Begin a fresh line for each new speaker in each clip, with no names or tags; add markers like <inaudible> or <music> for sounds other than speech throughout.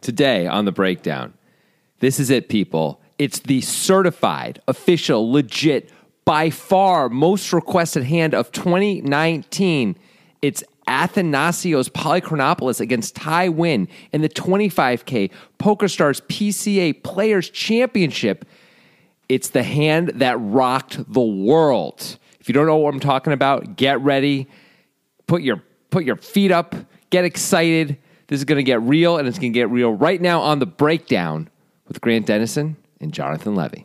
Today on the breakdown, this is it, people. It's the certified, official, legit, by far most requested hand of 2019. It's Athanasios Polychronopoulos against Ty Win in the 25K PokerStars PCA Players Championship. It's the hand that rocked the world. If you don't know what I'm talking about, get ready. Put your put your feet up. Get excited. This is going to get real, and it's going to get real right now on the breakdown with Grant Dennison and Jonathan Levy.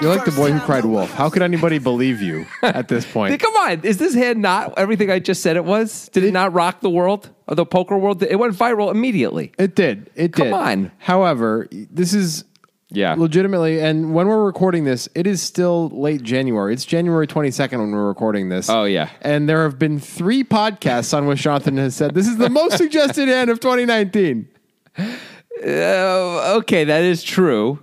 You're like the boy who cried wolf. How could anybody
<laughs>
believe you at this point?
Come on, is this hand not everything I just said it was? Did it not rock the world or the poker world? It went viral immediately.
It did. It
Come
did.
on.
However, this is
Yeah.
legitimately, and when we're recording this, it is still late January. It's January 22nd when we're recording this.
Oh, yeah.
And there have been three podcasts on which Jonathan has said this is the most suggested end of 2019.
Oh, okay, that is true.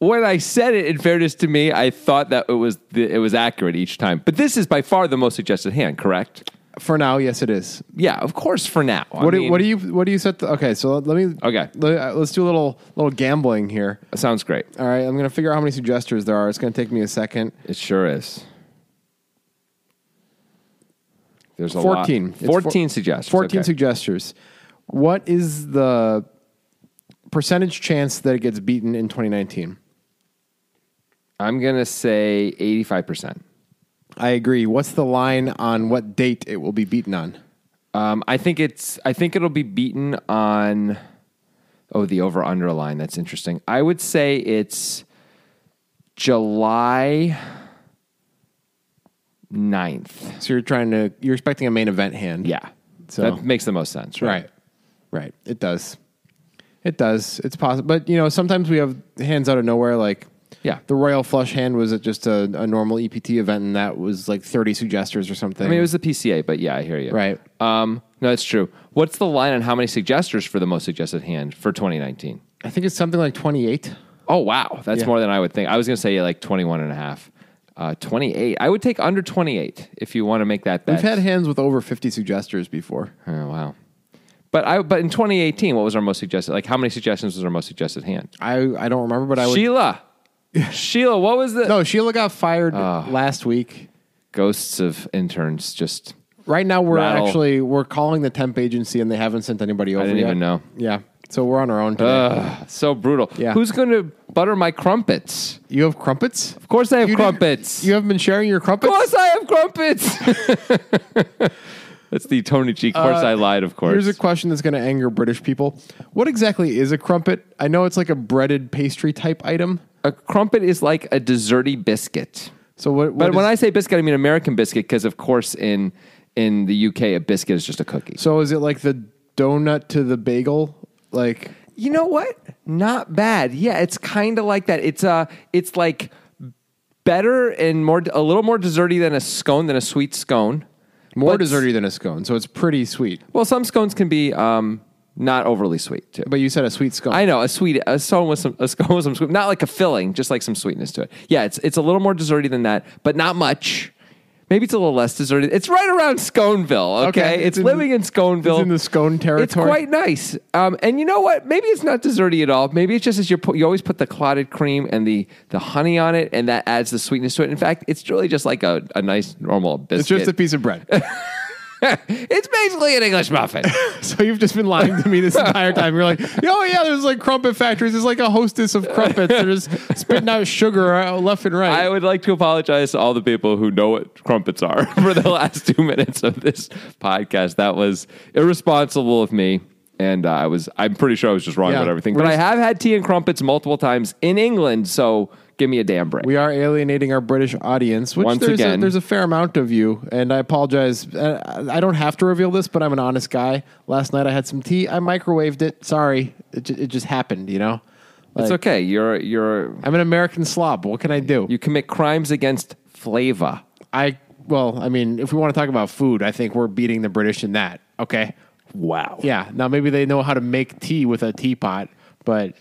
When I said it, in fairness to me, I thought that it was the, it was accurate each time. But this is by far the most suggested hand, correct?
For now, yes, it is.
Yeah, of course. For now, I
What do,
mean,
what do you what do you set? The, okay, so let me.
Okay.
let- uh, let's do a little little gambling here.
Sounds great.
All right, I'm gonna figure out how many suggestors there are. It's gonna take me a second.
It sure is. There's a
Fourteen.
lot.
It's four-
14 suggestions.
Fourteen
okay.
suggestors. What is the percentage chance that it gets beaten in 2019?
I'm going to say 85%.
I agree. What's the line on what date it will be beaten on?
Um, I think it's I think it'll be beaten on oh the over under line that's interesting. I would say it's July 9th.
So you're trying to you're expecting a main event hand.
Yeah.
So-
that makes the most sense, right?
Right. Right. It does. It does. It's possible. But, you know, sometimes we have hands out of nowhere. Like,
Yeah.
The Royal Flush hand was at just a, a normal EPT event, and that was like 30 suggestors or something.
I mean it was the PCA, but yeah, I hear you.
Right.
Um no, that's true. What's the line on how many suggestors for the most suggested hand for 2019?
I think it's something like 28.
Oh wow, that's
Yeah.
more than I would think. I was going to say like 21 and a half. Uh, 28. I would take under 28 if you want to make that bet.
We've had hands with over 50 suggestors before.
Oh wow! But I but in 2018, what was our most suggested? Like how many suggestions was our most suggested hand?
I, I don't remember, but I would.
Sheila, Sheila, what was the
no, Sheila got fired
Ah.
last week.
ghosts of interns? Just
Right now, we're
Rattle.
actually we're calling the temp agency, and they haven't sent anybody over.
didn't
yet.
even know.
Yeah, so we're on our own today.
ugh, uh, so brutal.
Yeah.
Who's going to butter my crumpets?
you have crumpets?
Of course I have
You didn't-
crumpets.
you haven't been sharing your crumpets.
of course I have crumpets. <laughs> That's the Tony G. Of course I lied. Of course.
Uh, Here's a question that's going to anger British people. What exactly is a crumpet? I know it's like a breaded pastry type item.
a crumpet is like a desserty biscuit.
So what? what
But
is-
when I say biscuit, I mean American biscuit because, of course, in in the UK, a biscuit is just a cookie.
so is it like the donut to the bagel? Like
You know what? Not bad. Yeah, it's kind of like that. It's uh it's like better and more a little more desserty than a scone than a sweet scone.
more
But-
desserty than a scone, so it's pretty sweet.
Well, some scones can be um not overly sweet too.
But you said a sweet scone.
I know a sweet a scone with some a <laughs> scone with some sweet, not like a filling, just like some sweetness to it. Yeah, it's it's a little more desserty than that, but not much. Maybe it's a little less deserted. It's right around Sconeville, okay?
Okay,
It's,
it's in-
living in Sconeville.
it's in the scone
It's
territory.
quite nice. Um, and you know what? Maybe it's not desserty at all. Maybe it's just as you put, you always put the clotted cream and the, the honey on it, and that adds the sweetness to it. In fact, it's really just like a, a nice normal
it's
biscuit.
just a piece of bread. <laughs>
it's basically an English muffin.
so you've just been lying to me this entire time. You're like, oh yeah, there's like crumpet factories. There's like a hostess of crumpets. They're just spitting out sugar uh, left and right.
I would like to apologize to all the people who know what crumpets are <laughs> for the last two minutes of this podcast. That was irresponsible of me. And uh, I was, I'm pretty sure I was just wrong
Yeah.
about everything.
We're
But I
just-
have had tea and crumpets multiple times in England. So give me a damn break.
We are alienating our British audience, which
Once
there's,
again.
a, there's a fair amount of you, and I apologize. Uh, I don't have to reveal this, but I'm an honest guy. Last night I had some tea. I microwaved it. Sorry, it, ju- it just happened. You know,
it's
Like,
okay. You're, you're,
I'm an American slob. What can I do?
You commit crimes against flavor.
I well, I mean, if we want to talk about food, I think we're beating the British in that. Okay,
Wow.
yeah. Now maybe they know how to make tea with a teapot, but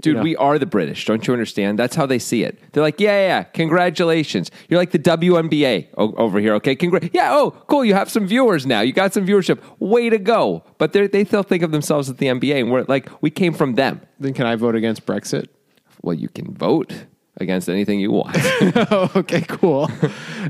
Dude,
know.
we are the British. Don't you understand? That's how they see it. They're like, yeah, yeah, yeah, congratulations. You're like the WNBA o- over here, okay? Congra- yeah, oh, cool. You have some viewers now. You got some viewership. Way to go. But they're- they still think of themselves as the NBA, and we're like, we came from them.
Then can I vote against Brexit?
Well, you can vote against anything you want. <laughs>
oh, <laughs> okay, cool.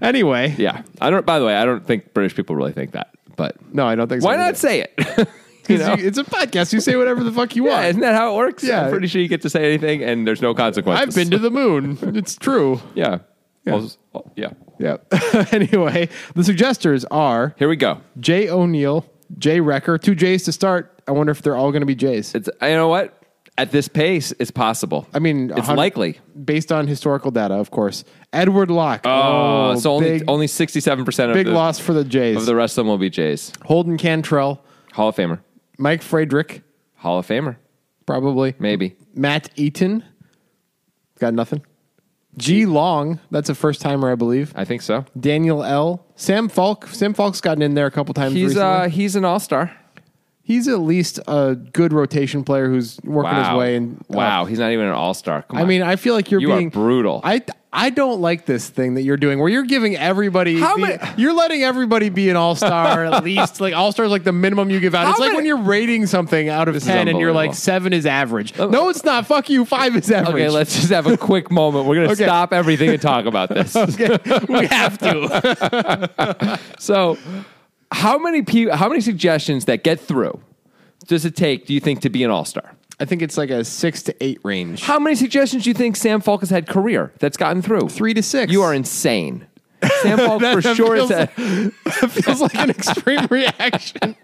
anyway,
yeah. I don't, by the way, I don't think British people really think that, but
no, I don't think.
why
so
not say
<laughs>
it? <laughs> you know?
Because you- it's a podcast. You say whatever the fuck you
yeah,
want.
isn't that how it works?
Yeah.
I'm pretty sure you get to say anything and there's no consequences.
I've been to the moon. It's true.
Yeah.
Yeah.
Also- yeah.
Yeah. <laughs> anyway, the suggestors are
Here we go.
Jay O'Neill, Jay Wrecker, two J's to start. I wonder if they're all going to be J's.
It's uh, you know what? At this pace, it's possible.
I mean,
it's
100
likely.
based on historical data, of course. Edward Locke.
Oh, so only
big,
only sixty seven percent of
big
the
loss for the Jays.
of the rest of them will be Jays.
Holden Cantrell,
Hall of Famer,
Mike Friedrich,
Hall of Famer,
probably.
maybe.
Matt Eaton. Got nothing. G Long, that's a first timer, I believe.
I think so.
Daniel L. Sam Falk. Sam Falk's gotten in there a couple times
He's
recently.
uh he's an all star.
He's at least a good rotation player who's working
Wow.
his way. And uh,
wow, he's not even an all star. Come
I
on.
mean, I feel like you're
You are
being
brutal.
I I don't like this thing that you're doing, where you're giving everybody.
How
the-
many-
You're letting everybody be an all
<laughs>
star at least. Like all stars, like the minimum you give out.
How
it's like
many-
when you're rating something out of
is
ten, and you're like
unbelievable. Oh.
seven is average. No, it's not. Fuck you. Five is average.
okay, let's just have a
<laughs>
quick moment. We're gonna
Okay.
stop everything and talk about
<laughs>
this.
we have to.
So, how many people? How many suggestions that get through does it take? Do you think to be an all star?
<laughs> I think it's like a six to eight range.
How many suggestions do you think Sam Falk has had career that's gotten through?
Three to six.
You are <laughs>
<laughs>
insane. Sam Falk
That-
for
that
sure is
feels
at,
It feels like an extreme <laughs> reaction.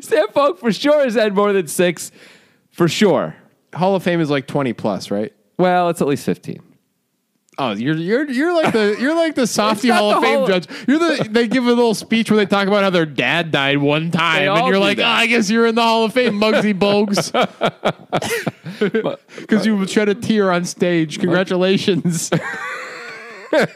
Sam Falk for sure has had more than six, for sure.
Hall of Fame is like twenty plus, right?
Well, it's at least fifteen.
Oh, you're you're you're like the you're <laughs> like the softy
not
Hall of
the
Fame
Hall-
judge. You're the they give a little speech where they talk about how their dad died one time, and
all
you're
do
like,
that.
oh, I guess you're in the Hall of Fame, Muggsy <laughs> Bogues, because you shed a tear on stage. Congratulations! All
All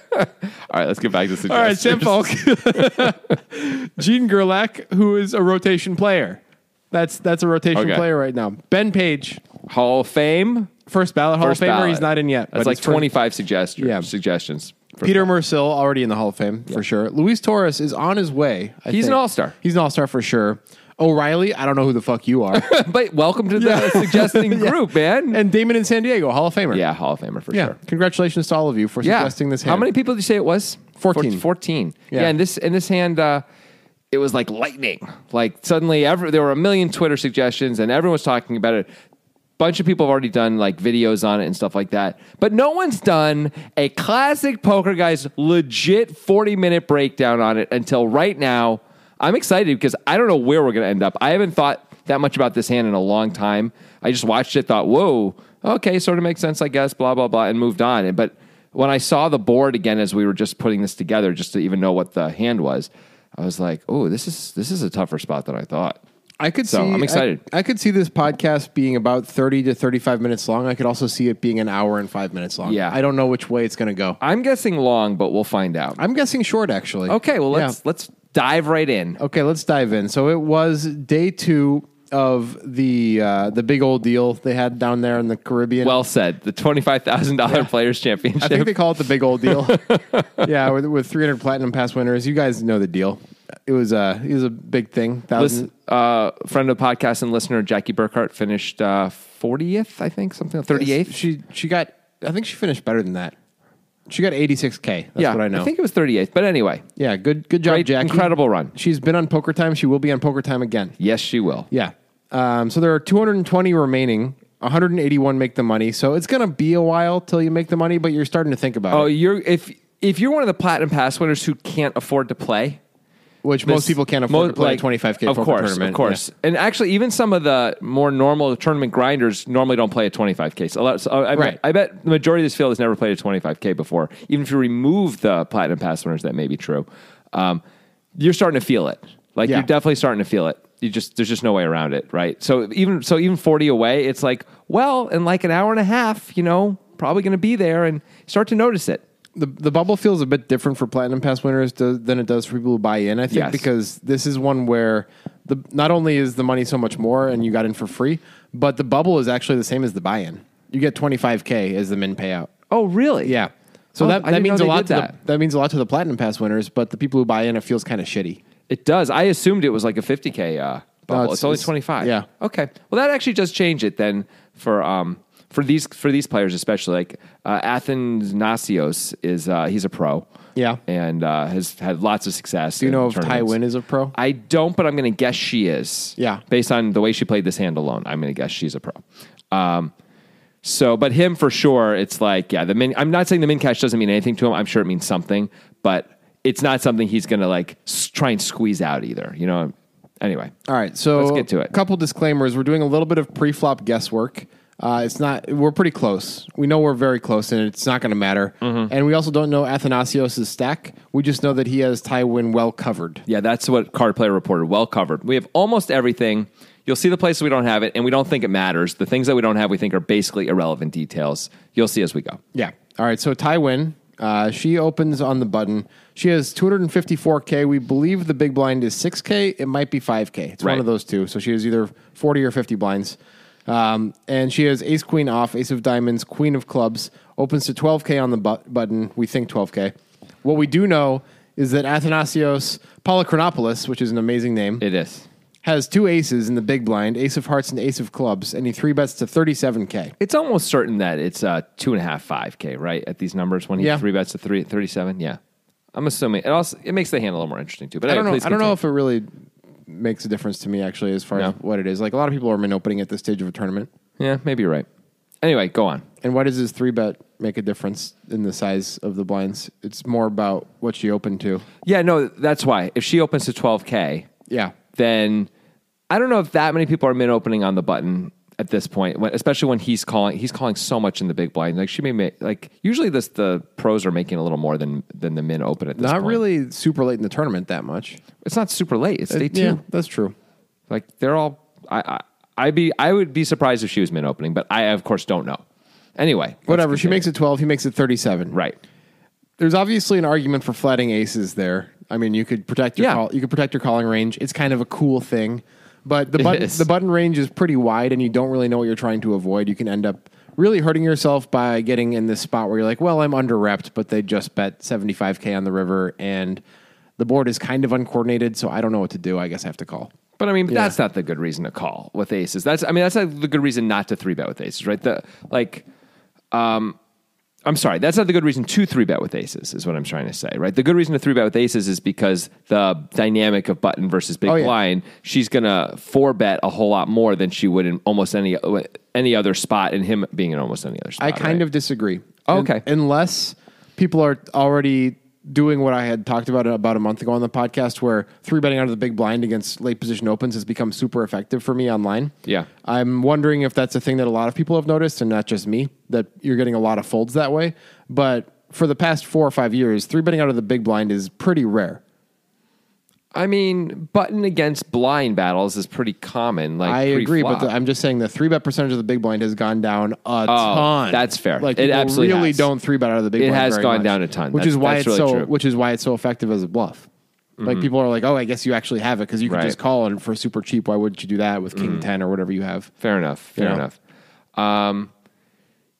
right, let's get back to suggestions.
right, Sam Falk, <laughs> Gene Gerlach, who is a rotation player. That's that's a rotation
Okay.
player right now. Ben Page,
Hall of Fame.
first ballot Hall
First
of Famer.
ballot.
He's not in
That's
yet. but
like
he's first-
twenty-five suggest-
Yeah.
suggestions. for-
Peter Mersil already in the Hall of Fame for sure. Luis Torres is on his way. I
He's an
think.
all-star.
He's an all star for sure. O'Reilly, I don't know who the fuck
<laughs>
you are.
<laughs> but welcome to the
<laughs>
suggesting group, man.
and Damon in San Diego, Hall of Famer.
yeah, Hall of Famer for
yeah.
sure.
Congratulations to all of you for suggesting this.
How
hand.
many people did you say it was?
14.
Four- 14. Yeah,
Yeah.
and this in this hand uh, it was like lightning. Like suddenly every, there were a million Twitter suggestions and everyone was talking about it. Bunch of people have already done like videos on it and stuff like that. But no one's done a classic poker guys legit 40 minute breakdown on it until right now. I'm excited because I don't know where we're going to end up. I haven't thought that much about this hand in a long time. I just watched it, thought, whoa, okay, sort of makes sense, I guess, blah, blah, blah, and moved on. And- But when I saw the board again as we were just putting this together, just to even know what the hand was, I was like, "Oh, this is this is a tougher spot than I thought."
I could
So,
see.
I'm excited.
I, I could see this podcast being about thirty to thirty-five minutes long. I could also see it being an hour and five minutes long.
Yeah.
I don't know which way it's going to go.
I'm guessing long, but we'll find out.
I'm guessing short, actually.
Okay, well
Yeah.
let's let's dive right in.
Okay, let's dive in. So it was day two of the uh, the big old deal they had down there in the Caribbean.
Well said. The twenty five thousand dollar players
I think
championship.
they call it the big
<laughs>
old deal. yeah, with, with 300 platinum pass winners, you guys know the deal. It was a it was a big thing. Thousand,
Listen, uh, friend of the podcast and listener Jackie Burkhart finished uh, fortieth, I think, something thirty eighth.
She she got. I think she finished better than that. She got 86k. That's
Yeah,
what I know.
think it was thirty eighth. But anyway,
yeah, good good job,
Great,
Jackie.
incredible run.
She's been on Poker Time. She will be on Poker Time again.
yes, she will.
Yeah. Um, so there are 220 remaining. 181 make the money. So it's gonna be a while till you make the money, but you're starting to think about
Oh,
it,
you're if if you're one of the platinum pass winners who can't afford to play,
which most people can't afford to play a 25k
Of
poker
course,
tournament.
of course. And actually, even some of the more normal tournament grinders normally don't play a 25k. So a lot, so I, I
Right.
bet, I bet the majority of this field has never played a 25k before. Even if you remove the platinum pass winners, that may be true. Um, you're starting to feel it. Like
Yeah.
you're definitely starting to feel it. You just there's just no way around it, right? So even so, even 40 away, it's like well, in like an hour and a half, you know, probably going to be there and start to notice it.
the the bubble feels a bit different for platinum pass winners do, than it does for people who buy in. I think
Yes.
because this is one where the not only is the money so much more and you got in for free, but the bubble is actually the same as the buy in. You get twenty five k as the min payout.
Oh, really?
Yeah, so
Oh,
that
I
that
didn't know
means a
they did
lot. To
that.
The, that means a lot to the platinum pass winners, but the people who buy in, it feels kind of shitty.
It does. I assumed it was like a 50k uh, bubble. it's,
it's-
only
it's-
25.
yeah.
Okay. Well, that actually does change it then for um for these for these players especially. Like uh, Athens Nasios is uh, he's a pro.
Yeah.
And uh, has had lots of success.
Do you know if Ty Win is a pro?
I don't, but I'm going to guess she is.
Yeah.
Based on the way she played this hand alone, I'm going to guess she's a pro. Um, so, but him for sure, it's like, yeah, the min, I'm not saying the min cash doesn't mean anything to him. I'm sure it means something, but it's not something he's going to like s- try and squeeze out either. You know, anyway.
All right, so
Let's get to it.
A couple disclaimers. We're doing a little bit of pre-flop guesswork. Uh, it's not. We're pretty close. We know we're very close, and it's not going to matter. And we also don't know Athanasios' stack. We just know that he has Tywin well covered.
Yeah, that's what Card Player reported. Well covered. We have almost everything. You'll see the places we don't have it, and we don't think it matters. The things that we don't have, we think are basically irrelevant details. You'll see as we go.
Yeah. All right. So Tywin, uh, she opens on the button. She has 254k. We believe the big blind is 6k. It might be 5k. It's
Right.
one of those two. So she has either 40 or 50 blinds. Um, and she has ace queen off, ace of diamonds, queen of clubs. Opens to 12k on the but- button. We think 12k. What we do know is that Athanasios Polychronopoulos, which is an amazing name,
It is.
has two aces in the big blind, ace of hearts and ace of clubs, and he three bets to 37k.
It's almost certain that it's uh, two and a half, five K, right? At these numbers, when he
Yeah.
three bets to three, 37. Yeah. I'm assuming. It also it makes the hand a little more interesting, too. But
I don't
anyway,
know.
please
I don't know
continue.
if it really makes a difference to me actually, as far as
No.
what it is. Like a lot of people are min opening at this stage of a tournament.
Yeah, maybe you're right. Anyway, go on.
And why does his three bet make a difference in the size of the blinds? It's more about what she opened to.
Yeah, no, that's why. If she opens to 12K,
Yeah,
then I don't know if that many people are mid opening on the button at this point, when, especially when he's calling. He's calling so much in the big blind. Like she may make like usually this the pros are making a little more than than the min open at this
not
point.
really super late in the tournament that much.
It's not super late. It's day two.
Yeah, that's true.
Like they're all I, I I'd be I would be surprised if she was min opening, but I of course don't know. Anyway, let's
Whatever. She
continue.
makes it twelve. He makes it thirty-seven.
right.
There's obviously an argument for flatting aces there. I mean, you could protect your
Yeah.
call, you could protect your calling range. It's kind of a cool thing, but the button
is.
the button range is pretty wide, and you don't really know what you're trying to avoid. You can end up really hurting yourself by getting in this spot where you're like, well, I'm under repped, but they just bet 75k on the river, and the board is kind of uncoordinated, so I don't know what to do. I guess I have to call.
But I mean, that's not the good reason to call with aces. That's I mean, that's not the good reason not to three bet with aces, right? The like, um, I'm sorry, that's not the good reason to three bet with aces is what I'm trying to say, right? The good reason to three bet with aces is because the dynamic of button versus big
Oh, yeah.
blind, she's gonna four bet a whole lot more than she would in almost any any other spot, and him being in almost any other spot.
I kind
right?
of disagree.
Oh, okay.
Un- unless people are already doing what I had talked about about a month ago on the podcast, where three betting out of the big blind against late position opens has become super effective for me online.
Yeah.
I'm wondering if that's a thing that a lot of people have noticed, and not just me, that you're getting a lot of folds that way. But for the past four or five years, three betting out of the big blind is pretty rare.
I mean, button against blind battles is pretty common. Like
I agree,
pre-flop.
but the, I'm just saying the three bet percentage of the big blind has gone down a ton.
Oh, that's fair.
Like
It
people
absolutely
really
has.
don't three bet out of the big
It
blind.
has
very
gone
much,
down a ton.
which
That's-
is why
that's
it's
really
so
true. Mm-hmm.
which is why it's so effective as a bluff. Like people are like, oh, I guess you actually have it because you can
Right. Mm.
just call and for super cheap. Why would you do that with king ten or whatever you have?
Fair enough. Fair
Yeah.
enough. Um,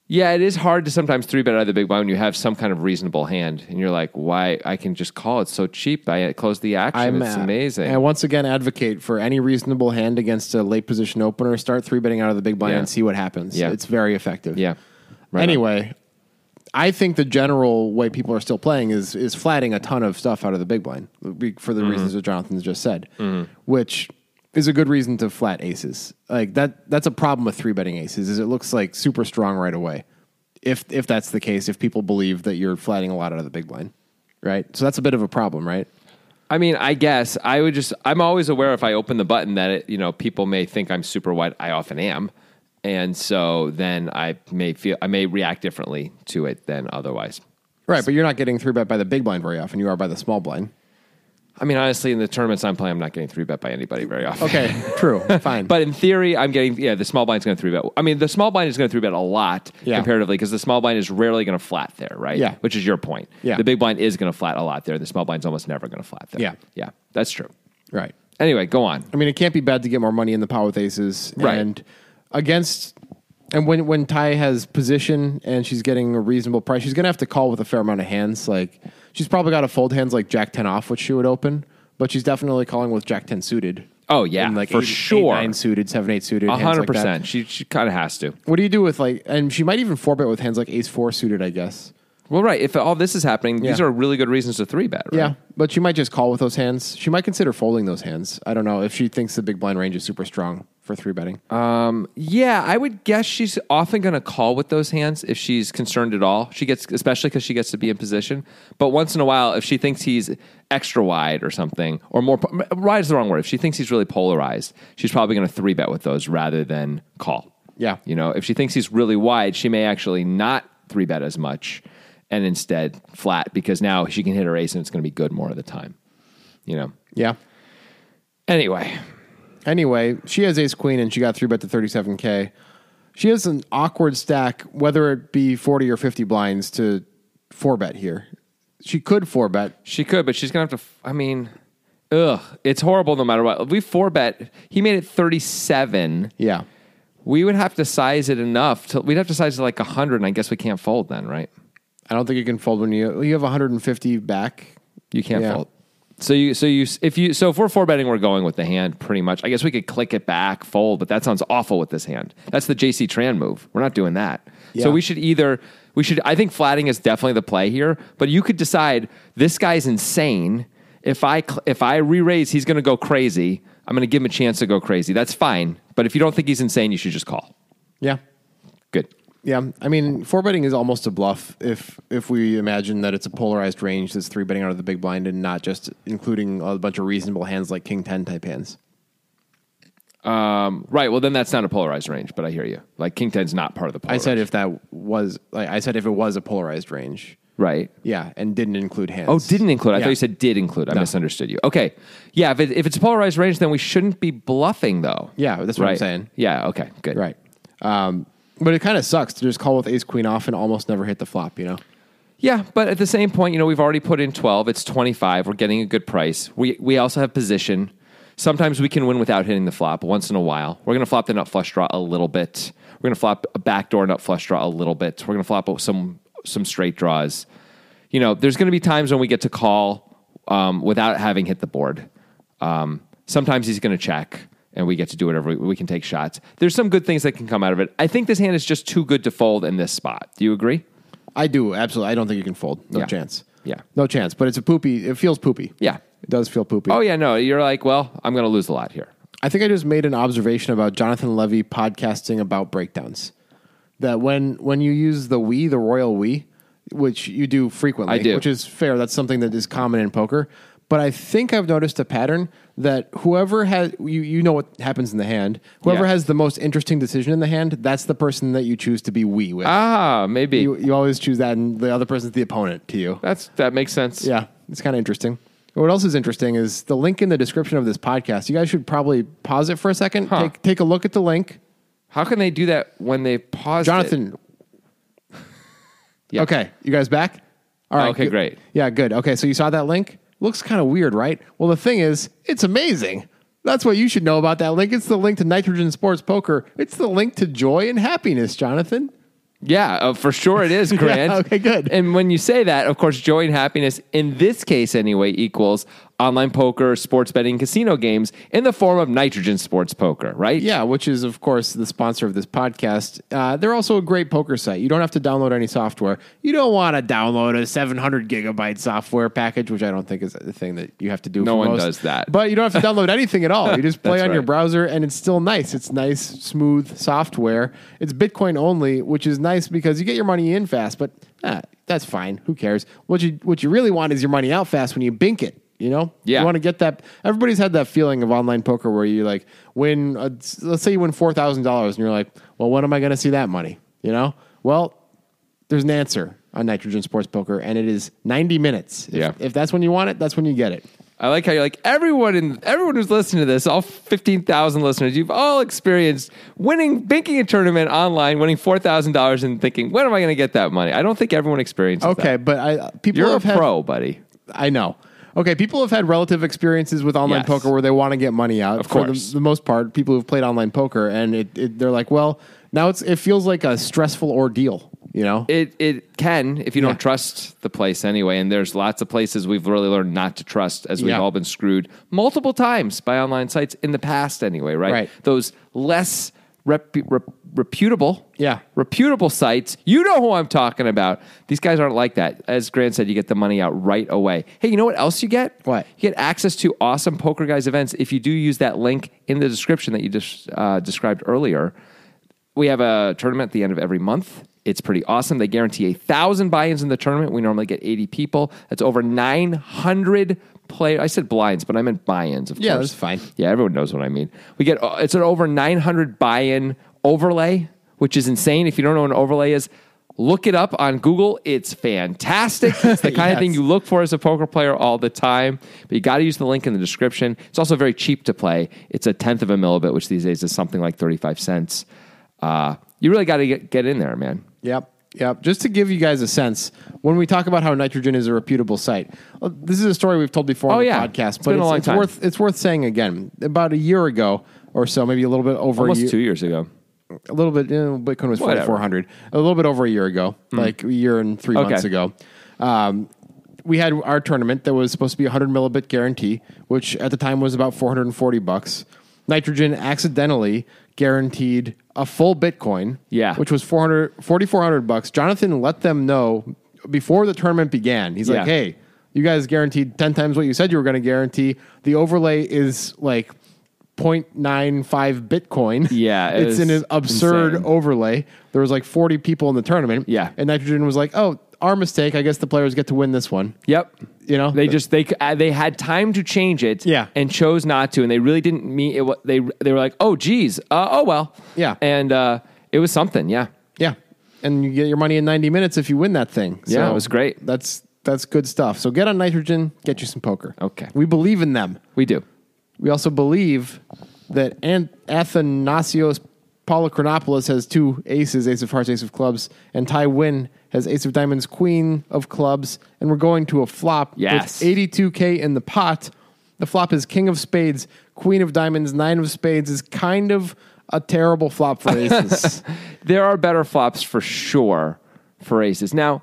yeah, it is hard to sometimes three bet out of the big blind when you have some kind of reasonable hand, and you're like, "Why? I can just call. It's so cheap. I close the action. it's
uh,
amazing."
And I once again advocate for any reasonable hand against a late position opener. Start three betting out of the big blind
Yeah.
and see what happens.
Yeah.
It's very effective.
yeah. Right on.
anyway, I think the general way people are still playing is is flatting a ton of stuff out of the big blind be- for
Mm-hmm.
the reasons that Jonathan's just said, which is a good reason to flat aces. Like that that's a problem with three betting aces is it looks like super strong right away. If if that's the case, if people believe that you're flatting a lot out of the big blind, right? So that's a bit of a problem, right?
I mean, I guess I would just. I'm always aware if I open the button that it, you know people may think I'm super wide. I often am, and so then I may feel I may react differently to it than otherwise.
Right, but you're not getting three bet by the big blind very often. You are by the small blind.
I mean, honestly, in the tournaments I'm playing, I'm not getting three bet by anybody very often. <laughs>
Okay, <laughs> true, fine.
But in theory, I'm getting yeah. The small blind's going to three bet. I mean, the small blind is going to three bet a lot
Yeah.
comparatively because the small blind is rarely going to flat there, right?
Yeah.
Which is your point.
Yeah.
The big blind is going to flat a lot there. The small blind's almost never going to flat there.
Yeah.
Yeah. That's true.
right.
Anyway, go on.
I mean, it can't be bad to get more money in the pot with aces,
Right.
And against, and when when Ty has position and she's getting a reasonable price, she's gonna have to call with a fair amount of hands. Like she's probably got to fold hands like Jack ten off, which she would open, but she's definitely calling with Jack ten suited.
Oh, yeah,
And,
for
eight- eight,
sure.
nine suited, seven eight suited,
A
hands
hundred
like that.
percent. She she kind of has to.
What do you do with like? And she might even four bet with hands like ace four suited, I guess.
Well, right. If all this is happening, these
Yeah.
are really good reasons to three bet. Right?
Yeah, but she might just call with those hands. She might consider folding those hands. I don't know if she thinks the big blind range is super strong for three betting.
Uh, Yeah, I would guess she's often going to call with those hands if she's concerned at all. She gets, especially because she gets to be in position. But once in a while, if she thinks he's extra wide or something, or more po- wide is the wrong word. If she thinks he's really polarized, she's probably going to three bet with those rather than call.
Yeah.
you know, if she thinks he's really wide, she may actually not three bet as much and instead flat because now she can hit her ace and it's going to be good more of the time. You know.
yeah.
Anyway,
Anyway, she has ace queen and she got three bet to 37K. She has an awkward stack, whether it be 40 or 50 blinds to four bet here. She could four bet.
She could, but she's gonna have to. f- I mean, ugh, it's horrible no matter what. We four bet. He made it thirty seven.
Yeah.
We would have to size it enough. To, we'd have to size it like hundred, and I guess we can't fold then, right?
I don't think you can fold when you you have 150 back.
You can't
Yeah.
fold. So you, so you, if you, so if we're four betting, we're going with the hand pretty much. I guess we could click it back, fold, but that sounds awful with this hand. That's the JC Tran move. We're not doing that.
Yeah.
So we should either, we should. I think flatting is definitely the play here, but you could decide this guy's insane. If I cl- if I re-raise, he's going to go crazy. I'm going to give him a chance to go crazy. That's fine. But if you don't think he's insane, you should just call.
Yeah.
Good.
Yeah. I mean, four betting is almost a bluff if if we imagine that it's a polarized range that's three betting out of the big blind and not just including a bunch of reasonable hands like king 10 type hands.
Right. Well, then that's not a polarized range. But I hear you. Like king ten's not part of the
I
polarized.
said if that was like I said if it was a polarized range.
right.
Yeah, and didn't include hands.
Oh, didn't include. I
Yeah.
thought you said did include. I misunderstood you. Okay. Yeah. If, it, if it's polarized range, then we shouldn't be bluffing, though.
Yeah, that's what I'm
Right.
saying.
Yeah. Okay. Good.
Right. Um, but it kind of sucks to just call with ace queen off and almost never hit the flop, you know?
Yeah. But at the same point, you know, we've already put in 12. It's 25. We're getting a good price. We, we also have position. Sometimes we can win without hitting the flop once in a while. We're going to flop the nut flush draw a little bit. We're going to flop a backdoor nut flush draw a little bit. We're going to flop some, some straight draws. You know, there's going to be times when we get to call um, without having hit the board. Um, sometimes he's going to check, and we get to do whatever we, we can take shots. There's some good things that can come out of it. I think this hand is just too good to fold in this spot. Do you agree?
I do, absolutely. I don't think you can fold. No
Yeah.
chance.
Yeah.
No chance. But it's a poopy. It feels poopy.
Yeah.
It does feel poopy.
Oh yeah, no. You're like, well, I'm going to lose a lot here.
I think I just made an observation about Jonathan Levy podcasting about breakdowns. That when when you use the we, the royal we, which you do frequently,
I do.
which is fair. That's something that is common in poker. But I think I've noticed a pattern that whoever has you you know what happens in the hand. Whoever
Yeah.
has the most interesting decision in the hand, that's the person that you choose to be we with.
Ah, maybe
you, you always choose that, and the other person's the opponent to you.
that's that makes sense.
Yeah, it's kind of interesting. What else is interesting is the link in the description of this podcast. You guys should probably pause it for a second.
Huh.
Take take a look at the link.
How can they do that when they pause?
Jonathan.
Yeah.
<laughs> Okay, you guys back? All right.
Okay,
good.
great.
Yeah, good. Okay, so you saw that link? Looks kind of weird, right? Well, the thing is, it's amazing. That's what you should know about that link. It's the link to Nitrogen Sports Poker. It's the link to joy and happiness, Jonathan.
Yeah, uh, for sure it
<laughs>
is, Grant.
okay, good.
And when you say that, of course, joy and happiness, in this case anyway, equals online poker, sports betting, casino games in the form of nitrogen sports poker, right?
Yeah, which is, of course, the sponsor of this podcast. Uh, they're also a great poker site. You don't have to download any software. You don't want to download a 700 gigabyte software package, which I don't think is the thing that you have to do.
No
for
one
most.
does that.
But you
<laughs>
don't have to download anything at all. You just play
That's
on your
right.
browser, and it's still nice. It's nice, smooth software. It's Bitcoin only, which is nice because you get your money in fast. But ah, that's fine. Who cares? What you what you really want is your money out fast when you bink it. You know,
Yeah.
you want to get that. Everybody's had that feeling of online poker where you like win. A, let's say you win four thousand dollars, and you're like, "Well, when am I going to see that money?" You know. Well, there's an answer on Nitrogen Sports Poker, and it is ninety minutes. If,
Yeah.
If that's when you want it, that's when you get it.
I like how you're like everyone in everyone who's listening to this, all fifteen thousand listeners, you've all experienced winning, banking a tournament online, winning four thousand dollars, and thinking, when am I going to get that money? I don't think everyone experiences. that.
Okay, but I uh, people
you're a
have had,
pro, buddy.
I know. Okay, people have had relative experiences with online
Yes.
poker where they want to get money out. Of
course.
for the, the most part, people who've played online poker, and it, it, they're like, well, now it's it feels like a stressful ordeal. You know,
It it can if you
Yeah.
don't trust the place anyway. And there's lots of places we've really learned not to trust as we've
Yeah.
all been screwed multiple times by online sites in the past anyway, right?
Right.
Those less rep, rep, reputable,
Yeah.
reputable sites. You know who I'm talking about. These guys aren't like that. As Grant said, you get the money out right away. Hey, you know what else you get?
What?
You get access to awesome Poker Guys events if you do use that link in the description that you just uh, described earlier. We have a tournament at the end of every month. It's pretty awesome. They guarantee a thousand buy-ins in the tournament. We normally get eighty people. That's over nine hundred players. I said blinds, but I meant buy-ins. Of
Yeah,
course.
that's fine.
Yeah, everyone knows what I mean. We get uh, it's an over 900 buy-in overlay, which is insane. If you don't know what an overlay is, look it up on Google. It's fantastic. It's the kind of thing
Yes.
you look for as a poker player all the time. But you got to use the link in the description. It's also very cheap to play. It's a tenth of a millibit, which these days is something like 35 cents. Uh, you really got to get, get in there, man.
Yep. Yep. Just to give you guys a sense, when we talk about how nitrogen is a reputable site, uh, this is a story we've told before
Oh,
on the
yeah.
podcast,
It's
but
been a
it's,
long
it's
time.
worth it's worth saying again. About a year ago or so, maybe a little bit over a
Almost
year,
two years ago.
a little bit. You know, Bitcoin was
Whatever. Hmm.
forty four hundred. A little bit over a year ago, like a year and three
Okay.
months ago. Um, we had our tournament that was supposed to be a hundred millibit guarantee, which at the time was about four hundred and forty bucks. Nitrogen accidentally guaranteed a full Bitcoin,
Yeah.
which was 400 4400 bucks. Jonathan let them know before the tournament began. He's like,
Yeah.
"Hey, you guys guaranteed 10 times what you said you were going to guarantee. The overlay is like 0.95 Bitcoin.
Yeah, it
it's an
was
absurd
insane.
overlay. There was like 40 people in the tournament.
Yeah.
And Nitrogen was like, "Oh, our mistake. I guess the players get to win this one."
Yep.
You know?
They just they uh, they had time to change it,
Yeah.
and chose not to, and they really didn't mean it. wa- They they were like, oh geez, uh, oh well,
Yeah.
and uh, it was something, yeah,
Yeah. And you get your money in 90 minutes if you win that thing.
Yeah, it was great.
That's that's good stuff. So get on Nitrogen, get you some poker.
Okay.
We believe in them.
we do.
We also believe that An- Athanasios Polychronopoulos has two aces, ace of hearts, ace of clubs, and Ty Win has ace of diamonds, queen of clubs, and we're going to a flop
Yes.
with 82K in the pot. The flop is king of spades, queen of diamonds, nine of spades is kind of a terrible
<laughs>
flop for aces.
There are better flops for sure for aces. Now,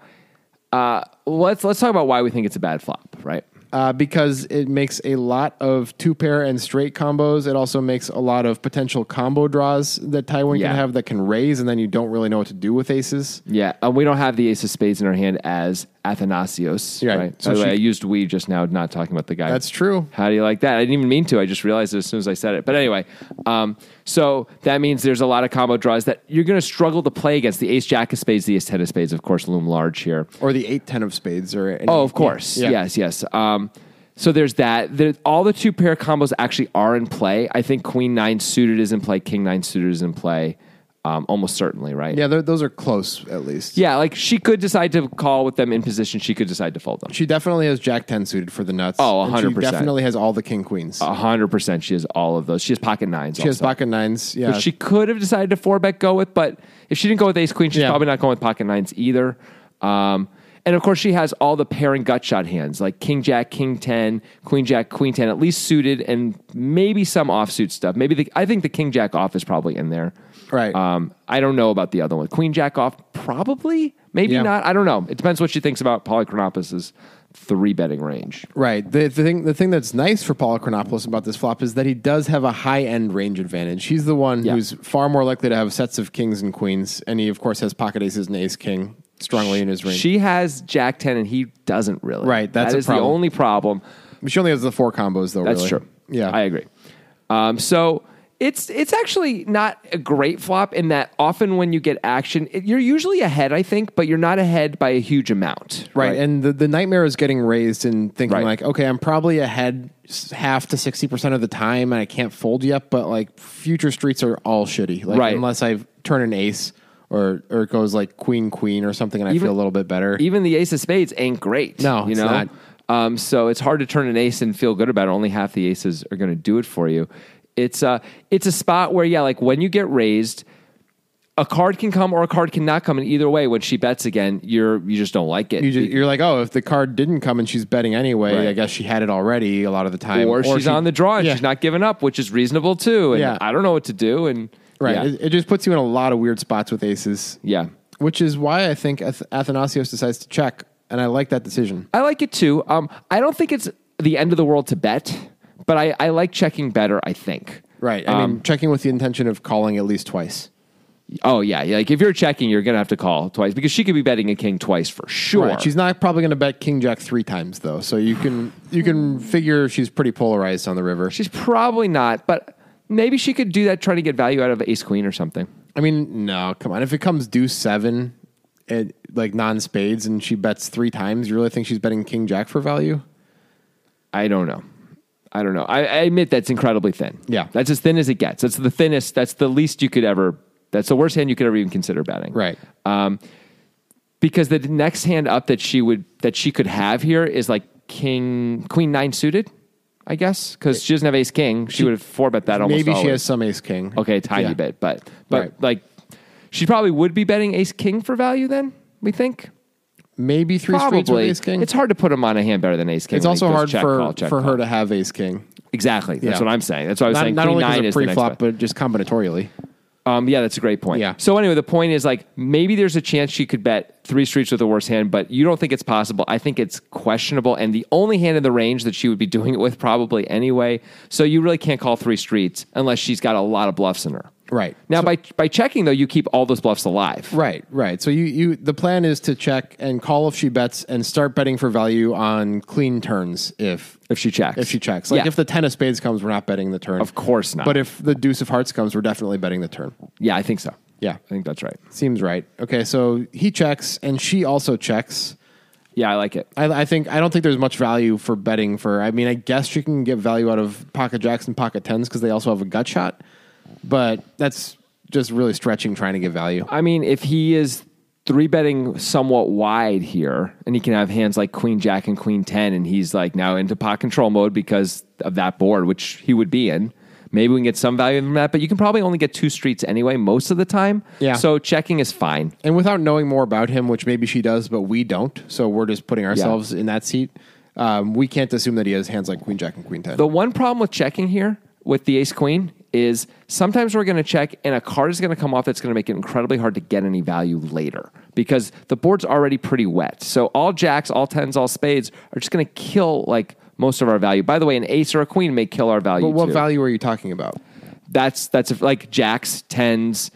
uh, let's let's talk about why we think it's a bad flop, right?
uh, because it makes a lot of two pair and straight combos. It also makes a lot of potential combo draws that Taiwan
Yeah.
can have that can raise, and then you don't really know what to do with aces.
Yeah, and we don't have the ace of spades in our hand as Athanasios,
Yeah,
right?
so
By the way,
she-
I used we just now, not talking about the guy.
That's true.
How do you like that? I didn't even mean to. I just realized it as soon as I said it. But anyway, um, so that means there's a lot of combo draws that you're going to struggle to play against. The ace jack of spades, the ace ten of spades, of course, loom large here.
Or the eight ten of spades, or any,
Oh, of course.
Yeah.
Yes, yes. Um, so there's that. There, all the two pair combos actually are in play. I think queen nine suited is in play, king nine suited is in play, um, almost certainly, right?
yeah. they're- Those are close, at least.
Yeah, like she could decide to call with them in position. She could decide to fold them.
She definitely has Jack ten suited for the nuts.
Oh,
and she
100%.
Definitely has all the king queens.
A hundred percent, she has all of those. She has pocket nines.
she has
also.
pocket nines. Yeah,
which she could have decided to four bet go with, but if she didn't go with ace queen, she's
Yeah.
probably not going with pocket nines either. Um, and of course, she has all the pair and gut shot hands like king jack, king ten, queen jack, queen ten, at least suited, and maybe some offsuit stuff. Maybe the, I think the king jack off is probably in there.
Right.
Um, I don't know about the other one. Queen jack off, probably, maybe
Yeah.
not. I don't know. It depends what she thinks about Polychronopolis's three betting range.
Right. The, the thing the thing that's nice for Paul Chronopoulos about this flop is that he does have a high end range advantage. He's the one
Yeah.
who's far more likely to have sets of kings and queens, and he of course has pocket aces and ace king strongly in his range. She,
She has jack ten, and he doesn't really.
Right, that's
That
a
is the
problem.
only problem.
only has the four combos though.
That's
really.
true.
Yeah.
I agree. Um, so it's it's actually not a great flop in that often when you get action, it, you're usually ahead, I think, but you're not ahead by a huge amount,
Right. And the, the nightmare is getting raised and thinking
Right.
like, okay, I'm probably ahead s- half to 60% of the time and I can't fold yet, but like future streets are all shitty. Like
Right.
unless I turn an ace or, or it goes like queen, queen or something and I
Even-
feel a little bit better.
Even the ace of spades ain't great.
No,
you
it's
know.
not.
Um, so it's hard to turn an ace and feel good about it. Only half the aces are going to do it for you. It's a, it's a spot where, yeah, like when you get raised, a card can come or a card cannot come, and either way, when she bets again, you're you just don't like it.
You just, you're like, oh, if the card didn't come and she's betting anyway,
Right.
I guess she had it already a lot of the time.
or, she's
she-
on the draw and
Yeah.
she's not giving up, which is reasonable too. And
Yeah.
I don't know what to do. And
Right.
yeah,
It, it just puts you in a lot of weird spots with aces.
Yeah.
Which is why I think Ath- Athanasios decides to check, and I like that decision.
I like it too. Um, I don't think it's the end of the world to bet, but I, I like checking better. I think.
Right. I mean, Um, checking with the intention of calling at least twice.
Oh yeah, yeah, like if you're checking, you're gonna have to call twice because she could be betting a king twice for sure.
Right. She's not probably going to bet King Jack three times though, so you can you can figure she's pretty polarized on the river.
she's probably not, but maybe she could do that trying to get value out of ace queen or something.
I mean, no, come on. If it comes deuce seven, it like non spades, and she bets three times, you really think she's betting King Jack for value?
I don't know. I don't know. I, I admit that's incredibly thin.
Yeah.
That's as thin as it gets. That's the thinnest. That's the least you could ever. That's the worst hand you could ever even consider betting.
Right.
Um, because the next hand up that she would that she could have here is like king queen nine suited, I guess, because she doesn't have ace king. She, would have four bet that almost.
Maybe she
always.
has some ace king.
Okay, tiny
Yeah.
bit, but but
Right.
like she probably would be betting ace king for value. Then we think
Maybe three streets with
probably
ace king.
it's hard to put him on a hand better than ace king.
It's
when he
also
goes
hard
check
for
call, check
for
call.
her to have ace king.
Exactly. That's
Yeah.
what I'm saying. That's what I was
Not,
saying.
not
Queen
only
nine is
because of
the
pre
next
flop,
bet.
but just combinatorially.
Um, yeah, that's a great point.
Yeah.
So anyway, the point is like maybe there's a chance she could bet three streets with the worst hand, but you don't think it's possible. I think it's questionable, and the only hand in the range that she would be doing it with probably anyway. So you really can't call three streets unless she's got a lot of bluffs in her.
Right.
Now by by checking though, you keep all those bluffs alive.
Right, right. So you, you the plan is to check and call if she bets and start betting for value on clean turns if
If she checks.
if she checks. Like
Yeah.
if the ten of spades comes, we're not betting the turn.
Of course not.
But if the deuce of hearts comes, we're definitely betting the turn.
Yeah, I think so.
Yeah.
I think that's right.
Seems right. Okay, so he checks and she also checks.
Yeah, I like it.
I, I think I don't think there's much value for betting for. I mean, I guess you can get value out of pocket jacks and pocket tens because they also have a gut shot, but that's just really stretching trying to get value.
I mean, if he is three betting somewhat wide here, and he can have hands like Queen Jack and Queen Ten, and he's like now into pot control mode because of that board, which he would be in. Maybe we can get some value from that, but you can probably only get two streets anyway most of the time.
Yeah.
So checking is fine.
And without knowing more about him, which maybe she does, but we don't, so we're just putting ourselves in that seat. Um, we can't assume that he has hands like queen jack and queen ten.
The one problem with checking here with the ace queen is sometimes we're going to check and a card is going to come off that's going to make it incredibly hard to get any value later because the board's already pretty wet. So all jacks, all tens, all spades are just going to kill like most of our value. By the way, an ace or a queen may kill our value.
but what
too.
value are you talking about?
That's that's if, like jacks, tens,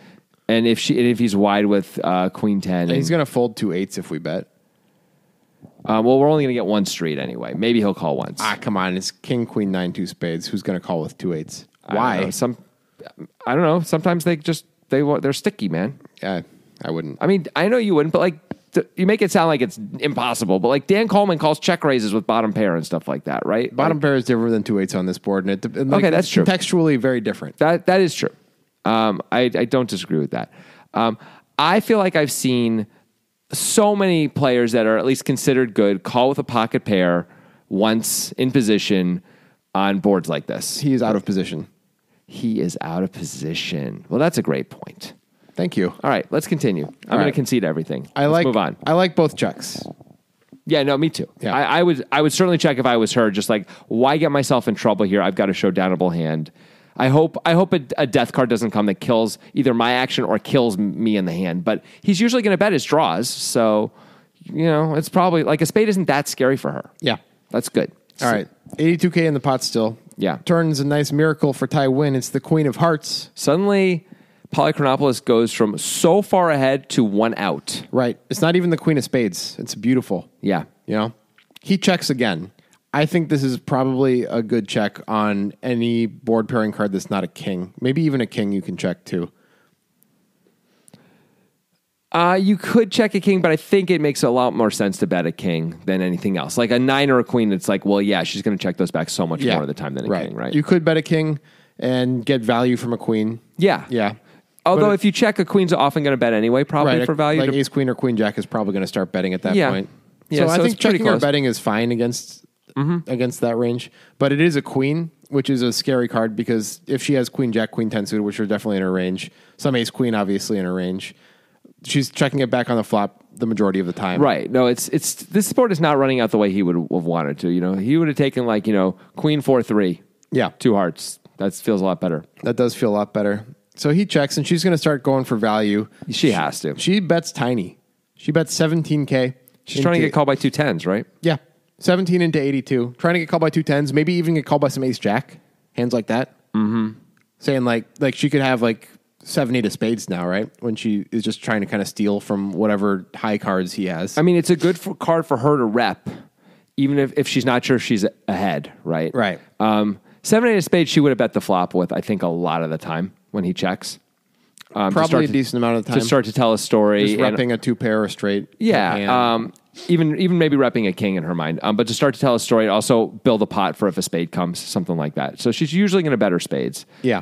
and if she and if he's wide with uh, queen ten, and,
He's going to fold two eights if we bet.
um, well, we're only going to get one street anyway. Maybe he'll call once.
Ah, come on, it's king queen nine two spades. Who's going to call with two eights?
I don't know.
Why?
Some I don't know. Sometimes they just they wa- they're sticky, man.
I, I wouldn't.
I mean, I know you wouldn't, but like th- you make it sound like it's impossible. But like Dan Coleman calls check raises with bottom pair and stuff like that, right?
Bottom pair is different than two eights on this board, and it de- and like,
Okay, that's
it's
true.
Contextually, very different.
That that is true. Um, I I don't disagree with that. Um, I feel like I've seen so many players that are at least considered good call with a pocket pair once in position on boards like this.
He is out of position.
He is out of position. Well, that's a great point.
Thank you.
All right, let's continue. I'm going to
right.
concede everything.
I
Let's
like.
move on.
I like both checks.
Yeah, no, me too.
Yeah.
I, I would I would certainly check if I was her. Just like, why get myself in trouble here? I've got a showdownable hand. I hope I hope a, a death card doesn't come that kills either my action or kills m- me in the hand. But he's usually going to bet his draws, so you know it's probably like a spade isn't that scary for her.
Yeah.
that's good.
All right. 82k in the pot still.
Yeah.
Turns a nice miracle for Ty Win. It's the Queen of Hearts.
Suddenly, Polychronopolis goes from so far ahead to one out.
Right. It's not even the Queen of Spades. It's beautiful.
Yeah,
You know. He checks again. I think this is probably a good check on any board pairing card that's not a king. Maybe even a king you can check too.
Uh, you could check a king, but I think it makes a lot more sense to bet a king than anything else. Like a nine or a queen, it's like, well, yeah, she's going to check those back so much more of the time than a king, right?
You could bet a king and get value from a queen.
yeah.
Yeah.
Although
But-
if you check, a queen's often going to bet anyway, probably
right.
for value.
Like
to-
ace queen or queen jack is probably going to start betting at that
yeah.
point.
Yeah,
so, I
so
think
it's pretty
checking our
close. Mm-hmm.
betting is fine against against that range, but it is a queen, which is a scary card because if she has queen jack, queen ten suited, which are definitely in her range, some ace queen obviously in her range, she's checking it back on the flop the majority of the time.
Right. No, it's it's this sport is not running out the way he would have wanted to. You know, he would have taken like you know queen four three.
Yeah.
two hearts. That feels a lot better.
That does feel a lot better. So he checks, and she's going to start going for value.
She has to.
She bets tiny. She bets 17K.
She's trying to
into-
get called by two tens, right?
Yeah. 17 into 82. Trying to get called by two tens. Maybe even get called by some ace jack. Hands like that. Mm-hmm. Saying like, like she could have like 70 to spades now, right? When she is just trying to kind of steal from whatever high cards he has.
I mean, it's a good for, card for her to rep, even if, if she's not sure she's ahead, right?
Right.
Um, seven eight of spades, she would have bet the flop with. I think a lot of the time when he checks, um, to
Probably
start
a
to-
decent amount of the time.
to start to tell a story.
just
and-
repping a two pair or straight. hand.
yeah. Um, even even maybe repping a king in her mind, um, but to start to tell a story, also build a pot for if a spade comes, something like that. So she's usually going to bet her spades.
yeah.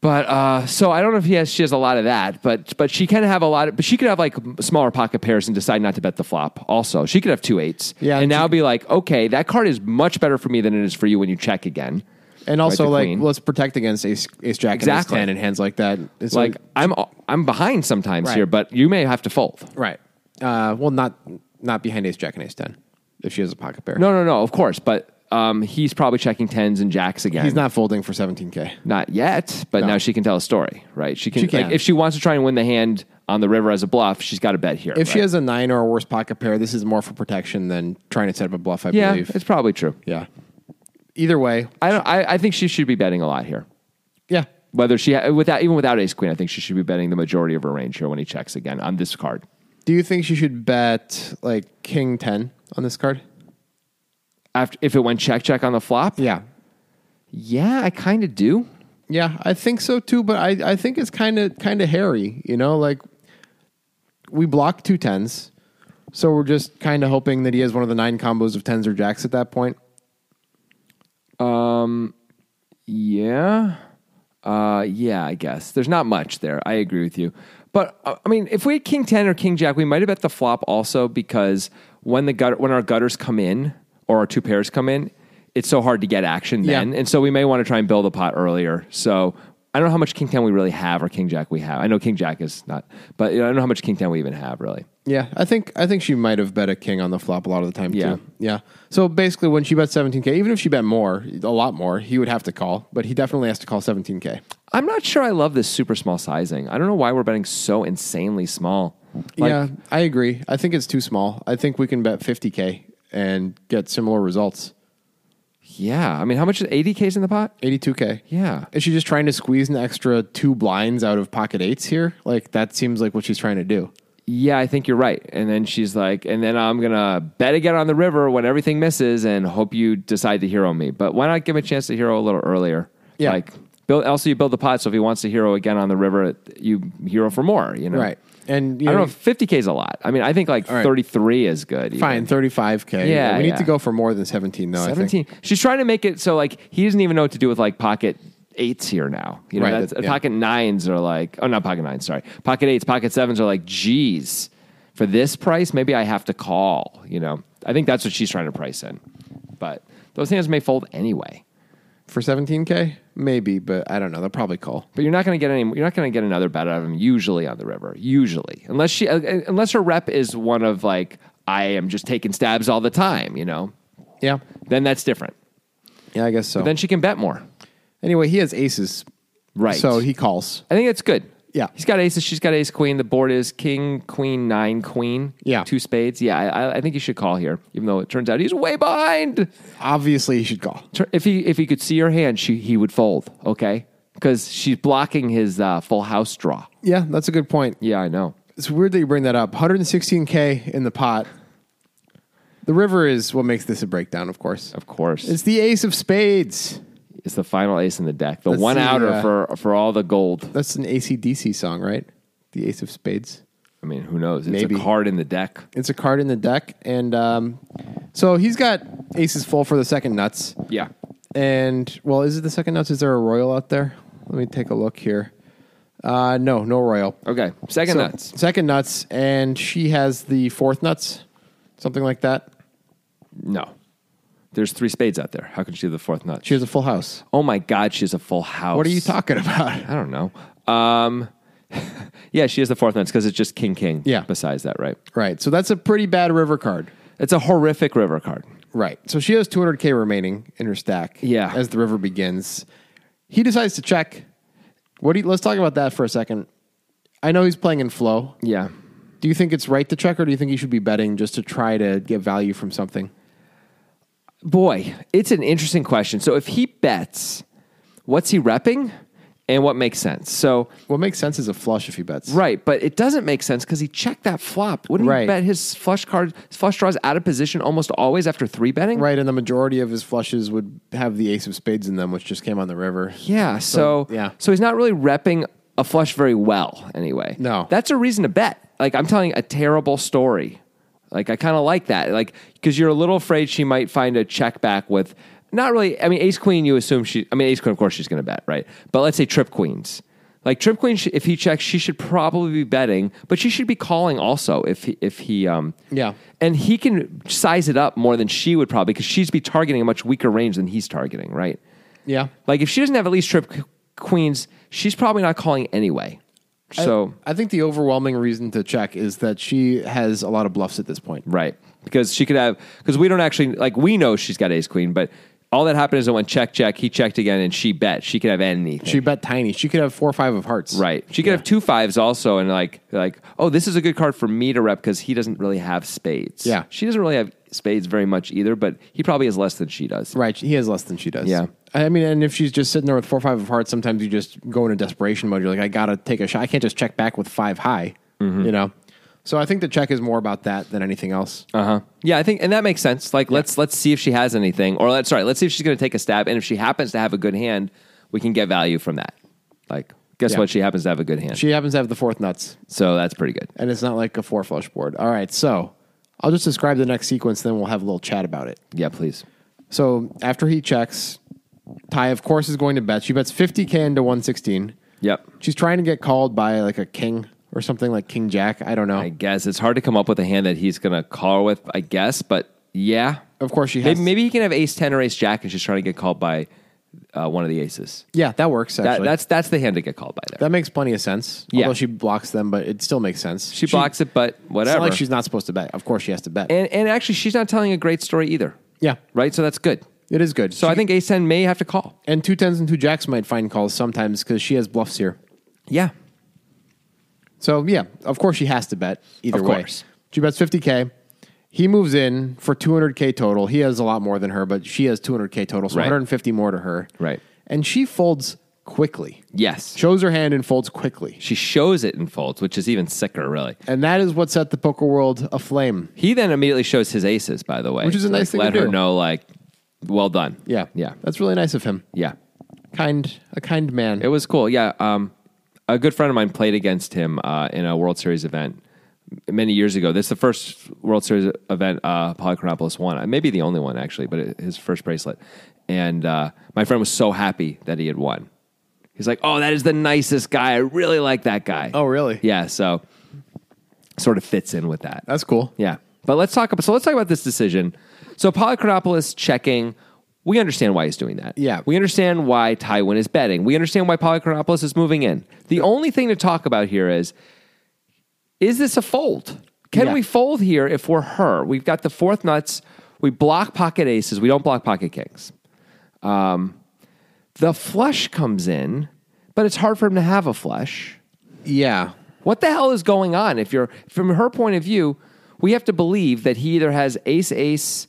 But uh, so I don't know if he has, she has a lot of that, but but she can have a lot. Of, but she could have like smaller pocket pairs and decide not to bet the flop. Also, she could have two eights.
Yeah,
and
and
now
she-
be like, okay, that card is much better for me than it is for you when you check again.
and also
the
like,
queen.
let's protect against ace, ace jack
Exactly.
and ace 10 and hands like that. It's
Like I'm I'm behind sometimes
Right.
here, but you may have to fold.
Right. Uh, well, not not behind ace jack and ace ten if she has a pocket pair.
No, no, no. Of course, but um, he's probably checking tens and jacks again.
he's not folding for seventeen k.
Not yet, but
No.
now she can tell a story, right? She can,
She can.
Like, if she wants to try and win the hand on the river as a bluff, she's got to bet here.
If she
right?
has a nine or a worse pocket pair, this is more for protection than trying to set up a bluff. I
yeah,
believe.
it's probably true.
Yeah. Either way,
I don't. I, I think she should be betting a lot here.
yeah.
Whether she without even without Ace Queen, I think she should be betting the majority of her range here when he checks again on this card.
Do you think she should bet like king ten on this card?
After if it went check check on the flop,
Yeah.
yeah, I kind of do.
Yeah, I think so too. But I I think it's kind of kind of hairy. You know, like we block two tens, so we're just kind of hoping that he has one of the nine combos of tens or jacks at that point.
Yeah, uh, yeah, I guess there's not much there. I agree with you, but uh, I mean, if we had King Ten or King Jack, we might have bet the flop also because when the gutter when our gutters come in or our two pairs come in, it's so hard to get action
Yeah.
then, and so we may want to try and build a pot earlier. So. I don't know how much King 10 we really have or King Jack we have. I know King Jack is not, but you know, I don't know how much King 10 we even have really.
Yeah, I think I think she might have bet a king on the flop a lot of the time
Yeah.
too. Yeah. So basically, when she bet 17k, even if she bet more, a lot more, he would have to call, but he definitely has to call 17k.
I'm not sure I love this super small sizing. I don't know why we're betting so insanely small. Like,
yeah, I agree. I think it's too small. I think we can bet 50k and get similar results.
yeah. I mean, how much is 80Ks in the pot?
82k.
Yeah.
Is she just trying to squeeze an extra two blinds out of pocket eights here? Like that seems like what she's trying to do.
Yeah, I think you're right. And then she's like, and then I'm going to bet again on the river when everything misses and hope you decide to hero me. But why not give him a chance to hero a little earlier?
Yeah.
Like, build, also, you build the pot. So if he wants to hero again on the river, you hero for more, you know?
Right. And you
I
know,
don't know if 50K is a lot. I mean, I think like
right.
33 is good. even.
fine 35k.
Yeah,
we need
yeah.
to go for more than 17 though. I think.
17. She's trying to make it so like he doesn't even know what to do with like pocket eights here now. You know,
Right,
that's,
that- yeah.
pocket nines are like, oh, not pocket nines, sorry. Pocket eights, pocket sevens are like, geez, for this price, maybe I have to call. You know, I think that's what she's trying to price in. But those hands may fold anyway.
For 17k, maybe, but I don't know. They'll probably call.
But you're not going to get any. You're not going to get another bet out of him. Usually on the river. Usually, unless she, uh, unless her rep is one of like, I am just taking stabs all the time. You know,
Yeah.
then that's different.
Yeah, I guess so.
Then she can bet more.
anyway, he has aces.
Right.
So he calls.
I think that's good.
Yeah.
He's got aces. She's got ace queen. The board is king, queen, nine, queen.
Yeah.
Two spades. Yeah. I, I- I think he should call here, even though it turns out he's way behind.
Obviously, he should call.
Tur- If he if he could see her hand, she, he would fold. Okay. Because she's blocking his uh, full house draw.
Yeah, that's a good point.
Yeah, I know.
It's weird that you bring that up. 116K in the pot. The river is what makes this a breakdown, of course.
Of course. It's,
It's the ace of spades.
the final ace in the deck. The
Let's
one
see,
outer
uh,
for for all the gold.
That's an ACDC song, right? The ace of spades.
I mean, who knows? It's
Maybe.
a card in the deck.
It's a card in the deck. And um, so he's got aces full for the second nuts.
Yeah.
And well, is it the second nuts? Is there a royal out there? Let me take a look here. Uh, no, no royal.
Okay. Second
So,
nuts.
Second nuts, and she has the fourth nuts, something like that.
No. There's three spades out there. How can she do the fourth nut?
She has a full house.
oh my God, she has a full house.
What are you talking about? <laughs>
I don't know. Um, <laughs> yeah, she has the fourth nuts because it's just king king.
Yeah.
Besides that, right?
Right. So that's a pretty bad river card.
It's a horrific river card.
Right. So she has 200k remaining in her stack.
Yeah.
As the river begins, he decides to check. What do you, let's talk about that for a second. I know he's playing in flow.
Yeah.
Do you think it's right to check, or do you think he should be betting just to try to get value from something?
Boy, it's an interesting question. So if he bets, what's he repping and what makes sense? So,
What makes sense is a flush if he bets.
right, but it doesn't make sense because he checked that flop. Wouldn't he
Right.
bet his flush card, his flush draws out of position almost always after three betting?
Right, and the majority of his flushes would have the ace of spades in them, which just came on the river.
Yeah. So,
yeah.
So he's not really repping a flush very well anyway.
No.
That's a reason to bet. Like I'm telling a terrible story. Like I kind of like that. Like because you're a little afraid she might find a check back with not really. I mean, ace queen. You assume she. I mean, ace queen. Of course she's going to bet, right? But let's say trip queens. Like trip queen. sh- If he checks, she should probably be betting, but she should be calling also. If he, if he um
Yeah.
and he can size it up more than she would probably because she's be targeting a much weaker range than he's targeting, right?
Yeah.
Like if she doesn't have at least trip qu- queens, she's probably not calling anyway. So
I think the overwhelming reason to check is that she has a lot of bluffs at this point.
right because she could have because we don't actually like we know she's got ace queen, but all that happened is it went check check. He checked again and she bet she could have anything.
She bet tiny. She could have four or five of hearts.
right. She could have two fives also and like like oh this is a good card for me to rep because he doesn't really have spades.
Yeah.
she doesn't really have spades very much either, but he probably has less than she does.
Right. He has less than she does.
Yeah.
I mean, and if she's just sitting there with four or five of hearts, sometimes you just go into desperation mode. You're like, I got to take a shot. I can't just check back with five high,
Mm-hmm.
you know? So I think the check is more about that than anything else.
Uh huh. Yeah, I think, and that makes sense. Like, let's let's see if she has anything, or let's sorry, let's see if she's going to take a stab, and if she happens to have a good hand, we can get value from that. Like, guess
Yeah.
what? She happens to have a good hand,
She happens to have the fourth nuts,
so that's pretty good.
and it's not like a four flush board. All right. So I'll just describe the next sequence, then we'll have a little chat about it.
Yeah, please.
So after he checks, Ty, of course, is going to bet. She bets 50K into 116.
Yep.
She's trying to get called by like a king or something like King Jack. I don't know.
I guess it's hard to come up with a hand that he's going to call her with. I guess, but yeah,
of course, she has.
maybe, maybe he can have Ace Ten or Ace Jack, and she's trying to get called by uh, one of the aces.
yeah, that works actually.
That, that's that's the hand to get called by there.
That makes plenty of sense.
Yeah.
Although she blocks them, but it still makes sense.
She, blocks it, but
It's
whatever.
not like she's not supposed to bet. Of course, she has to bet.
and and actually, she's not telling a great story either.
yeah,
Right. So that's good.
it is good.
So I think Ace Ten may have to call.
and two tens and two jacks might find calls sometimes because she has bluffs here.
Yeah.
So yeah, of course she has to bet either
Of
way.
course.
She bets fifty k. He moves in for two hundred k total. He has a lot more than her, but she has two hundred k total, so
Right.
one hundred and fifty more to her.
Right.
And she folds quickly,
Yes.
shows her hand and folds quickly,
She shows it in folds, which is even sicker, really.
and that is what set the poker world aflame.
He then immediately shows his aces, by the way.
Which is a
like,
nice thing
Let
to
her
do.
know, like, well done.
Yeah,
Yeah.
that's really nice of him.
Yeah.
Kind, a kind man.
It was cool. Yeah. Um, a good friend of mine played against him uh, in a World Series event many years ago. This is the first World Series event uh, Polychronopoulos won. Uh, Maybe the only one, actually, but it, his first bracelet. And uh, my friend was so happy that he had won. He's like, oh, that is the nicest guy. I really like that guy.
Oh, really?
Yeah. So sort of fits in with that.
That's cool.
Yeah. But let's talk about so let's talk about this decision. So Polychronopoulos checking. We understand why he's doing that.
Yeah.
We understand why Tywin is betting. We understand why Polychronopoulos is moving in. The only thing to talk about here is is this a fold? Can
Yeah.
we fold here if we're her? We've got the fourth nuts. We block pocket aces. We don't block pocket kings. Um, The flush comes in, but it's hard for him to have a flush.
Yeah.
What the hell is going on? If you're from her point of view, we have to believe that he either has ace ace,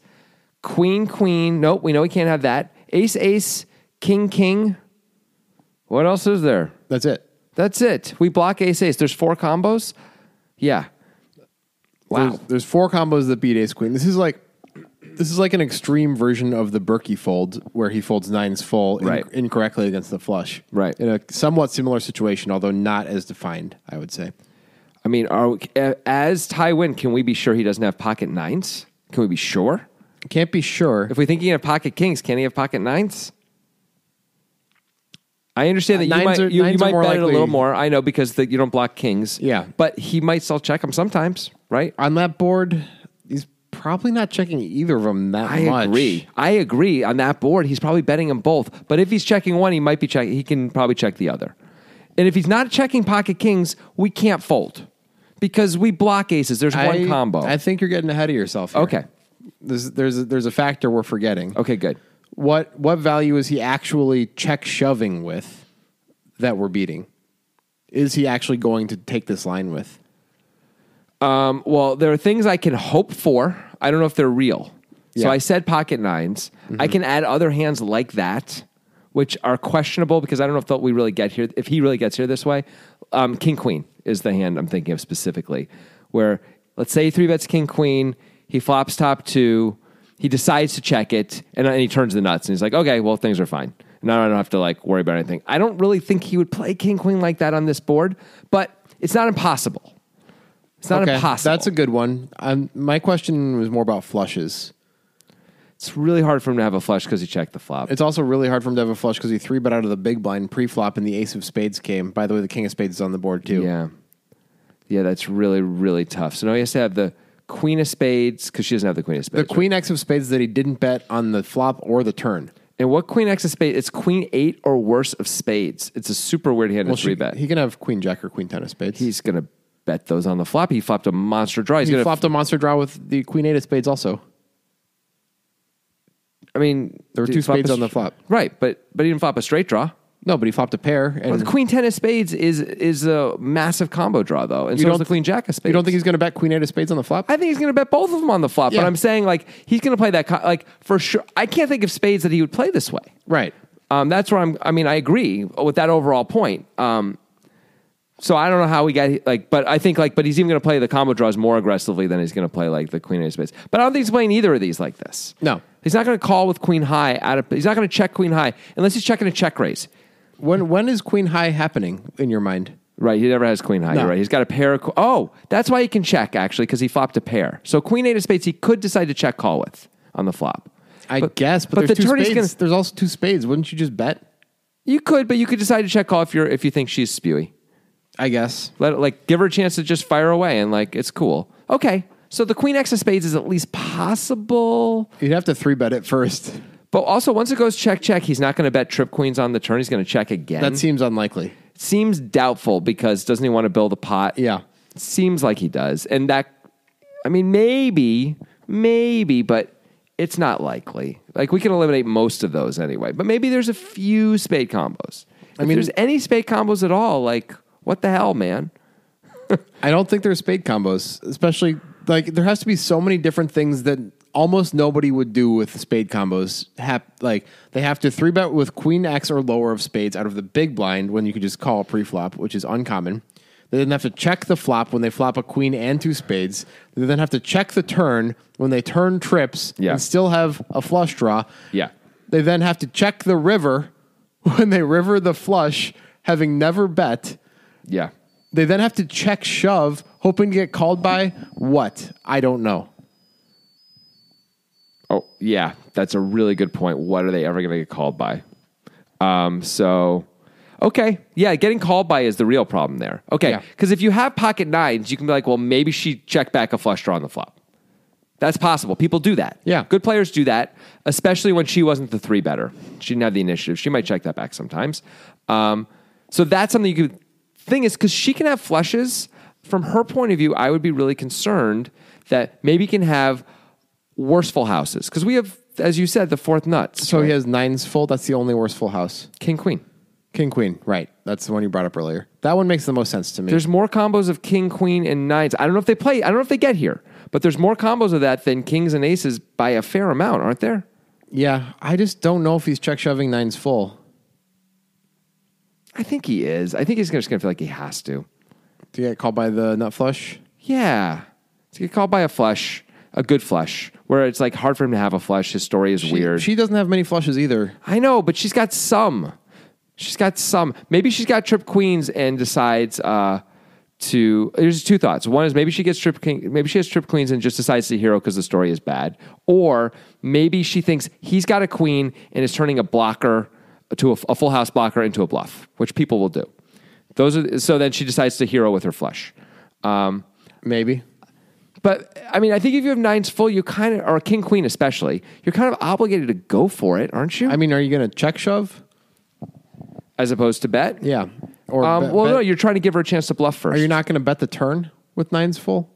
queen queen. Nope, we know he can't have that. Ace ace, king king. What else is there?
That's it.
That's it. We block ace ace. There's four combos. Yeah. Wow.
There's, there's four combos that beat ace queen. This is like this is like an extreme version of the Berkey fold where he folds nines full in-
Right.
incorrectly against the flush.
Right.
In a somewhat similar situation, although not as defined, I would say.
I mean, are we, a- as Tywin, can we be sure he doesn't have pocket nines? Can we be sure?
Can't be sure.
If we think he can have pocket kings, can he have pocket nines? I understand that you
Nines
might
are-
you, you
nines are
might
more
bet it a
likely-
little more. I know because that you don't block kings.
Yeah.
but he might still check them sometimes, right?
On that board, he's probably not checking either of them that
I
much.
agree. I agree. On that board, he's probably betting them both. But if he's checking one, he might be checking. He can probably check the other. And if he's not checking pocket kings, we can't fold because we block aces. There's
I-
one combo.
I think you're getting ahead of yourself. here.
Okay.
There's there's a, there's a factor we're forgetting.
okay, good.
What what value is he actually check shoving with that we're beating? Is he actually going to take this line with?
Um, well, there are things I can hope for. I don't know if they're real. So
Yeah. Mm-hmm.
I said pocket 9s I can add other hands like that, which are questionable because I don't know if they'll- we really get here. If he really gets here this way, um, king queen is the hand I'm thinking of specifically. Where let's say he three bets king queen, he flops top two, he decides to check it, and, and he turns the nuts and he's like, okay, well things are fine. Now I don't have to like worry about anything. I don't really think he would play king queen like that on this board, but it's not impossible. It's not impossible.
That's a good one. Um, my question was more about flushes.
It's really hard for him to have a flush because he checked the flop.
It's also really hard for him to have a flush because he three bet out of the big blind pre-flop and the ace of spades came. By the way, the king of spades is on the board too.
yeah, yeah, that's really really tough. So now he has to have the queen of spades because she doesn't have the queen of
The
spades.
queen x of spades that he didn't bet on the flop or the turn.
and what queen x of spades? It's queen eight or worse of spades. It's a super weird hand
Well,
to
she-
three bet.
He can have queen jack or queen ten of spades.
He's gonna bet those on the flop. He flopped a monster draw. He's
he
gonna.
flopped a monster draw with the queen eight of spades also.
I mean,
There were
did
two
he flop a
spades on
str-
the flop.
Right, but but he didn't flop a straight draw.
No, but he flopped a pair. And
Well, the queen ten of spades is is a massive combo draw though, and so is
don't
the queen jack of spades.
you don't think he's going to bet queen eight of spades on the flop?
I think he's going to bet both of them on the flop. But
Yeah.
I'm saying like he's going to play that co- like for sure. I can't think of spades that he would play this way.
right.
Um, that's where I'm. I mean, I agree with that overall point. Um, so I don't know how we got like, but I think like, but he's even going to play the combo draws more aggressively than he's going to play like the queen eight of spades. But I don't think he's playing either of these like this.
No.
he's not going to call with queen high. Out of he's not going to check queen high unless he's checking a check raise.
When when is queen high happening in your mind?
Right, he never has queen high.
No.
You're right. He's got a pair of. qu- Oh, that's why he can check actually because he flopped a pair. So queen eight of spades, he could decide to check call with on the flop.
I guess, but, there's
the
two
turn he's
spades.
gonna.
There's also two spades. Wouldn't you just bet?
You could, but you could decide to check call if you're if you think she's spewy.
I guess.
Let it, like give her a chance to just fire away and like it's cool. Okay, so the queen x of spades is at least possible,
You'd have to three bet it first.
but also once it goes check check, he's not going to bet trip queens on the turn. He's going to check again.
That seems unlikely.
seems doubtful because doesn't he want to build a pot?
Yeah.
Seems like he does. And that, I mean, maybe, maybe, but it's not likely. Like, we can eliminate most of those anyway, but maybe there's a few spade combos. I mean,
mean-
if there's any spade combos at all, like, what the hell, man?
I don't think there's spade combos, especially like there has to be so many different things that almost nobody would do with spade combos. Hap- like they have to three bet with queen x or lower of spades out of the big blind when you could just call a pre-flop, which is uncommon. They then have to check the flop when they flop a queen and two spades. They then have to check the turn when they turn trips
Yeah.
and still have a flush draw.
Yeah.
They then have to check the river <laughs> when they river the flush, having never bet.
Yeah.
They then have to check shove, hoping to get called by what? I don't know.
Oh, yeah. That's a really good point. What are they ever going to get called by? Um, so, okay. Yeah, getting called by is the real problem there. Okay.
Yeah.
Because if you have pocket nines, you can be like, well, maybe she checked back a flush draw on the flop. That's possible. People do that.
Yeah.
Good players do that, especially when she wasn't the three better. She didn't have the initiative. She might check that back sometimes. Um, so that's something you could. Thing is, because she can have flushes. From her point of view, I would be really concerned that maybe you can have worseful houses because we have, as you said, the fourth nuts.
So
right?
he has nines full. That's the only worst full house.
king queen.
King queen, right? That's the one you brought up earlier. That one makes the most sense to me.
There's more combos of king, queen, and nines. I don't know if they play. I don't know if they get here, but there's more combos of that than kings and aces by a fair amount, aren't there?
yeah, I just don't know if he's check shoving nines full.
I think he is. I think he's just gonna feel like he has to.
Do you get called by the nut flush?
Yeah, to get called by a flush, a good flush, where it's like hard for him to have a flush. His story is
She-
weird.
She doesn't have many flushes either.
I know, but she's got some. She's got some. Maybe she's got trip queens and decides uh, to. There's two thoughts. One is maybe she gets trip king. Maybe she has trip queens and just decides to hero because the story is bad. Or maybe she thinks he's got a queen and is turning a blocker to a, a full house blocker into a bluff, which people will do. Those are so then she decides to hero with her flush. Um,
Maybe.
but I mean, I think if you have nines full, you kind of, or a king queen especially, you're kind of obligated to go for it, aren't you?
I mean, are you going to check shove?
As opposed to bet.
Yeah. Or
Um,
bet-
well,
bet-
no, you're trying to give her a chance to bluff first.
are you not going to bet the turn with nines full?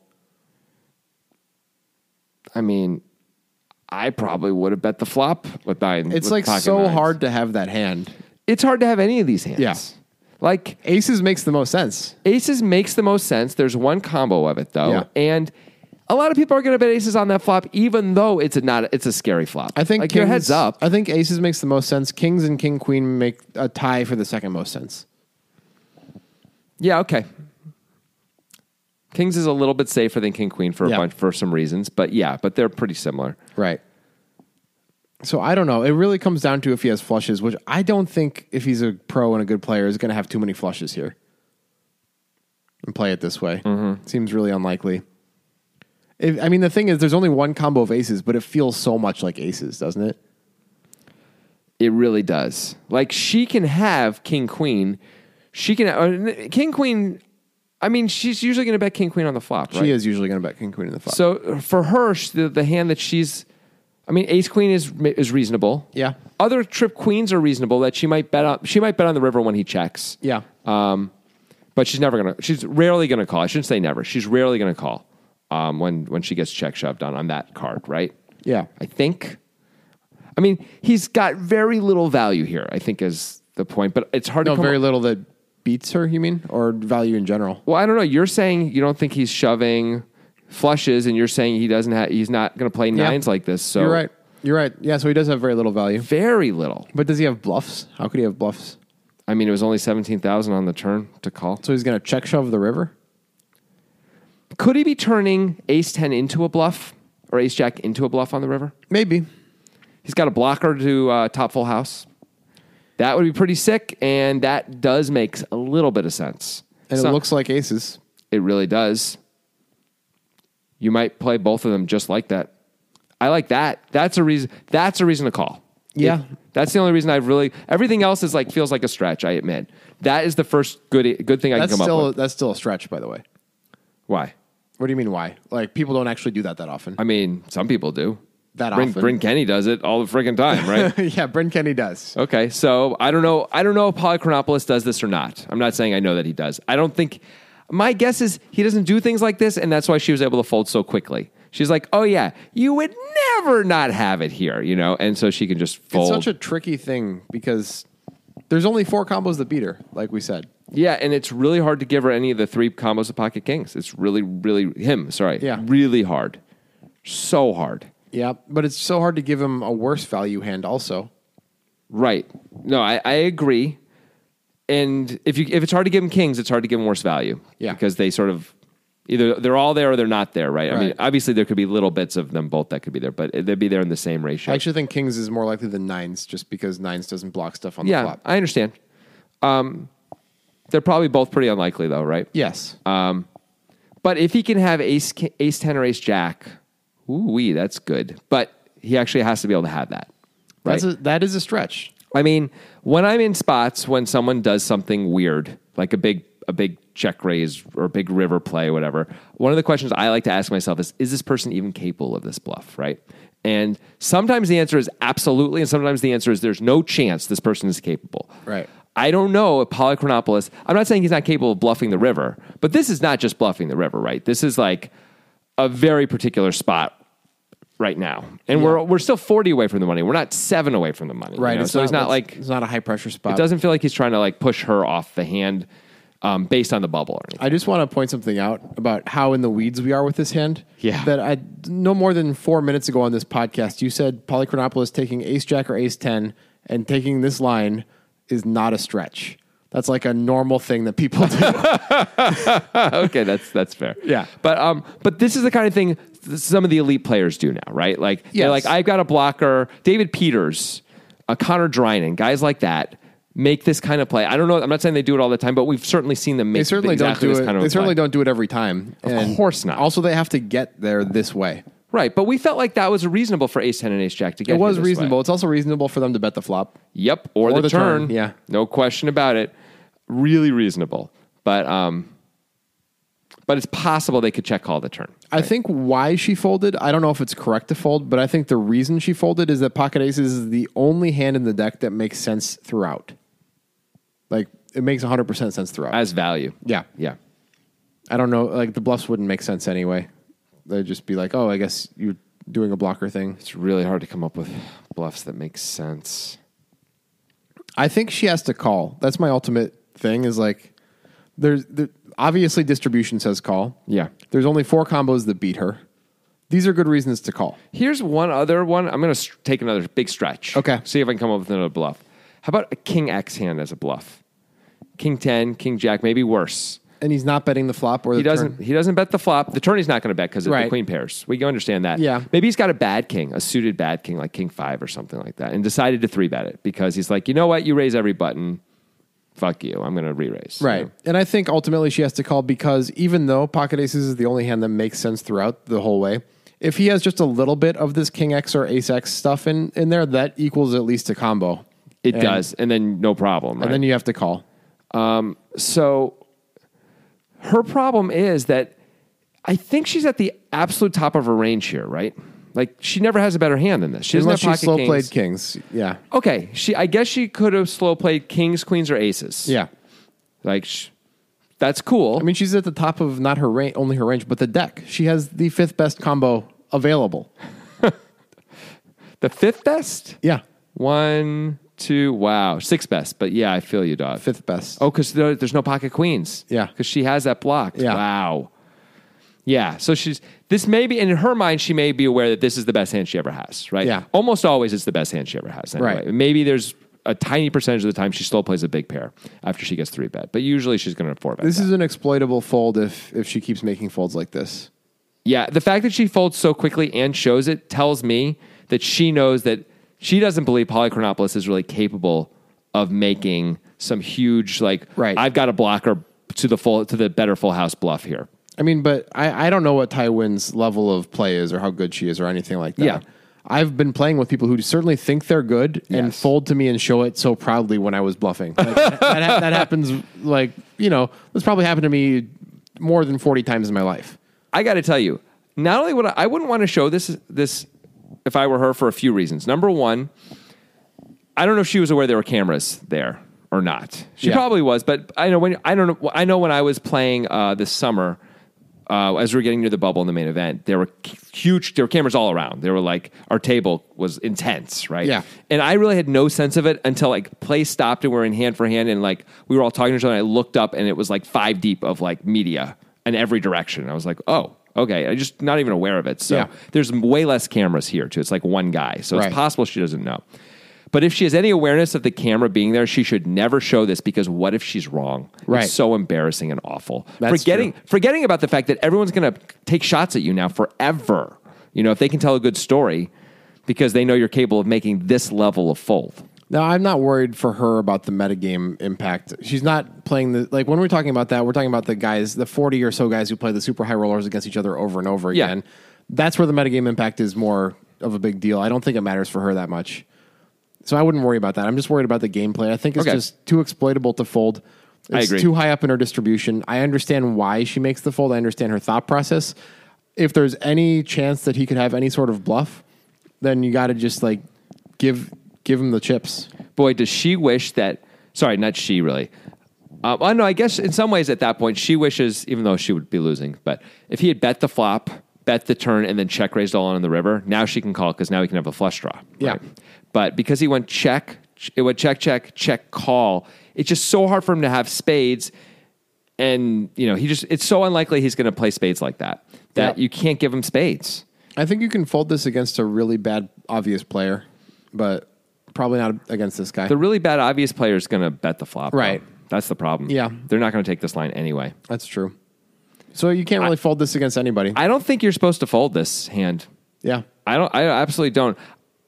I mean, I probably would have bet the flop with nine.
It's
with
like
pocket
so
nines.
hard to have that hand.
It's hard to have any of these hands.
Yeah.
Like
Aces makes the most sense.
aces makes the most sense. There's one combo of it though,
Yeah.
and a lot of people are going to bet aces on that flop, even though it's a not it's a scary flop.
I think
like your
kings-
heads up.
I think aces makes the most sense. Kings and king queen make a tie for the second most sense.
Yeah, okay. Kings is a little bit safer than king queen for a
Yeah.
bunch for some reasons, but yeah, but they're pretty similar.
Right. So I don't know. It really comes down to if he has flushes, which I don't think if he's a pro and a good player is going to have too many flushes here. And play it this way seems really unlikely. If, I mean, the thing is, there's only one combo of aces, but it feels so much like aces, doesn't it?
It really does. Like she can have king queen. She can uh, king queen. I mean, she's usually going to bet king queen on the flop, right?
She is usually going to bet king queen in the flop.
So for her, sh- the, the hand that she's, I mean, ace queen is is reasonable.
Yeah.
Other trip queens are reasonable that she might bet on. She might bet on the river when he checks.
yeah,
Um, but she's never gonna. She's rarely gonna call. I shouldn't say never. She's rarely gonna call. Um, when when she gets check shoved on on that card, right?
yeah.
I think. I mean, he's got very little value here. I think is the point. But it's hard
No,
to come
very little that beats her. You mean or value in general?
well, I don't know. You're saying you don't think he's shoving flushes, and you're saying he doesn't have. He's not going to play nines like this. So
You're right. You're right. Yeah. So he does have very little value.
Very little.
But does he have bluffs? How could he have bluffs?
I mean, it was only seventeen thousand on the turn to call.
So he's going to check shove the river.
Could he be turning Ace Ten into a bluff or Ace Jack into a bluff on the river?
Maybe.
He's got a blocker to uh, top full house. That would be pretty sick, and that does make a little bit of sense.
And
So-
it looks like aces.
It really does. You might play both of them just like that. I like that. That's a reason. That's a reason to call.
Yeah.
It- that's the only reason I've really. Everything else is like feels like a stretch. I admit that is the first good good thing I
That's
can come up
still
with.
that's still a stretch, by the way.
Why?
What do you mean why? Like people don't actually do that that often.
I mean, some people do.
That
Bryn,
often.
Bryn Kenny does it all the freaking time, right?
<laughs> <laughs> yeah, Brent Kenny does.
Okay, so I don't know. I don't know if Polychronopoulos does this or not. I'm not saying I know that he does. I don't think. My guess is he doesn't do things like this, and that's why she was able to fold so quickly. She's like, "Oh yeah, you would never not have it here," you know, and so she can just
It's
fold.
such a tricky thing because there's only four combos that beat her, like we said.
yeah, and it's really hard to give her any of the three combos of pocket kings. It's really, really him. Sorry,
Yeah.
really hard, so hard.
Yeah, but it's so hard to give him a worse value hand also.
Right. No, I, I agree. And if you if it's hard to give them kings, it's hard to give them worse value.
Yeah.
Because they sort of either they're all there or they're not there, right? I mean,
Right.
obviously there could be little bits of them both that could be there, but they'd be there in the same ratio.
I actually think Kings is more likely than nines just because nines doesn't block stuff on
yeah,
the flop.
I understand. Um, they're probably both pretty unlikely though, right?
Yes.
Uh, But if he can have ace ki- ace ten or ace jack, ooh wee, that's good. But he actually has to be able to have that. Right?
That's a, that is a stretch.
I mean, when I'm in spots when someone does something weird, like a big a big check raise or a big river play, whatever, one of the questions I like to ask myself is, is this person even capable of this bluff, right? And sometimes the answer is absolutely, and sometimes the answer is there's no chance this person is capable.
Right.
I don't know if Polychronopoulos, I'm not saying he's not capable of bluffing the river, but this is not just bluffing the river, right? This is like a very particular spot right now. And we're, we're still 40 away from the money. We're not seven away from the money. you
Right.
know? So he's not like,
it's not a high pressure spot.
it doesn't feel like he's trying to like push her off the hand um, based on the bubble or
<laughs>
anything.
I just want to point something out about how in the weeds we are with this hand.
Yeah.
That I no more than four minutes ago on this podcast, you said Polychronopoulos taking ace jack or ace 10 and taking this line is not a stretch. That's like a normal thing that
<laughs>
people do.
okay, that's that's fair.
Yeah.
but um, but this is the kind of thing th- some of the elite players do now, right? Like they're
Yes.
like, I've got a blocker, David Peters, uh, Connor Drynan, guys like that make this kind of play. I don't know. I'm not saying they do it all the time, but we've certainly seen them make
they certainly
exactly
don't
this
do it.
kind of.
they
a
certainly
play.
don't do it every time. Of
course not.
Also, they have to get there this way.
Right, but we felt like that was reasonable for Ace Ten and Ace Jack to get.
It was
here this way.
reasonable. It's also reasonable for them to bet the flop.
Yep, or, the,
the
turn.
turn, yeah.
no question about it. Really reasonable, but um, but it's possible they could check call the turn.
I think why she folded, I don't know if it's correct to fold, but I think the reason she folded is that pocket aces is the only hand in the deck that makes sense throughout. Like it makes 100% sense throughout.
as value.
yeah.
Yeah.
I don't know, like the bluffs wouldn't make sense anyway. They'd just be like, "Oh, I guess you're doing a blocker thing."
It's really hard to come up with bluffs that make sense.
I think she has to call. That's my ultimate thing is like there's there, obviously distribution says call.
Yeah.
There's only four combos that beat her. These are good reasons to call.
Here's one other one. I'm going to st- take another big stretch.
Okay.
See if I can come up with another bluff. How about a king X hand as a bluff? King 10, king jack, maybe worse.
And he's not betting the flop or the
He doesn't
turn.
he doesn't bet the flop. The turn he's not going to bet cuz it's the
Right.
queen pairs. We can understand that.
Yeah.
Maybe he's got a bad king, a suited bad king like king 5 or something like that and decided to three bet it because he's like, "You know what? You raise every button. Fuck you. I'm going to re-raise."
Right. And I think ultimately she has to call because even though pocket aces is the only hand that makes sense throughout the whole way, if he has just a little bit of this king x or ace x stuff in, in there, that equals at least a combo.
It
And-
does. And then no problem, right?
And then you have to call.
So her problem is that I think she's at the absolute top of her range here, right? Like she never has a better hand than this. She doesn't
Unless she
have pocket
slow
kings.
played kings. Yeah.
Okay, she. I guess she could have slow played kings, queens, or aces.
Yeah.
like sh- that's cool.
I mean, she's at the top of not her range, only her range, but the deck. She has the fifth best combo available.
the fifth best.
Yeah.
One, two. Wow, sixth best. But yeah, I feel you, dog.
Fifth best.
Oh, because there, there's no pocket queens.
Yeah.
because she has that blocked.
Yeah.
Wow. Yeah. So she's this may be and in her mind she may be aware that this is the best hand she ever has. Right.
Yeah.
Almost always it's the best hand she ever has. Anyway.
Right.
Maybe there's a tiny percentage of the time she still plays a big pair after she gets three bet, but usually she's going to four bet.
This
that.
is an exploitable fold if if she keeps making folds like this.
yeah. The fact that she folds so quickly and shows it tells me that she knows that she doesn't believe Polychronopoulos is really capable of making some huge like
Right.
I've got a blocker to the full to the better full house bluff here.
I mean, but I, I don't know what Tywin's level of play is or how good she is or anything like that.
Yeah.
I've been playing with people who certainly think they're good and
Yes.
fold to me and show it so proudly when I was bluffing. Like, that, that, <laughs> that happens, like, you know, this probably happened to me more than 40 times in my life.
I got to tell you, not only would I, I wouldn't want to show this this if I were her for a few reasons. Number one, I don't know if she was aware there were cameras there or not. She
Yeah.
probably was, but I know when I don't know. I know when I was playing uh, this summer, uh, as we were getting near the bubble in the main event, there were huge. There were cameras all around. There were like our table was intense, right?
Yeah.
And I really had no sense of it until like play stopped and we're in hand for hand and like we were all talking to each other. And I looked up and it was like five deep of like media in every direction. And I was like, oh, okay. I just not even aware of it. So
Yeah.
there's way less cameras here too. It's like one guy, so
Right.
it's possible she doesn't know. But if she has any awareness of the camera being there, she should never show this because what if she's wrong?
Right.
It's so embarrassing and awful.
That's
forgetting
true.
forgetting about the fact that everyone's going to take shots at you now forever. You know, if they can tell a good story because they know you're capable of making this level of fold.
Now, I'm not worried for her about the metagame impact. She's not playing the, like, when we're talking about that, we're talking about the guys, the 40 or so guys who play the super high rollers against each other over and over
Yeah.
again. That's where the metagame impact is more of a big deal. I don't think it matters for her that much. So I wouldn't worry about that. I'm just worried about the gameplay. I think it's
Okay.
just too exploitable to fold. It's
I agree.
too high up in her distribution. I understand why she makes the fold. I understand her thought process. If there's any chance that he could have any sort of bluff, then you got to just like give give him the chips.
boy, does she wish that? Sorry, not she really. Um, I know. I guess in some ways, at that point, she wishes, even though she would be losing, but if he had bet the flop, bet the turn, and then check raised all on in the river, now she can call because now he can have a flush draw.
Yeah.
But because he went check, ch- it went check, check, check, call. It's just so hard for him to have spades, and you know he just—it's so unlikely he's going to play spades like that that
Yeah.
you can't give him spades.
I think you can fold this against a really bad obvious player, but probably not against this guy.
The really bad obvious player is going to bet the flop. though.
Right.
That's the problem.
Yeah.
They're not going to take this line anyway.
That's true. So you can't really fold this against anybody.
I don't think you're supposed to fold this hand.
yeah.
I don't. I absolutely don't.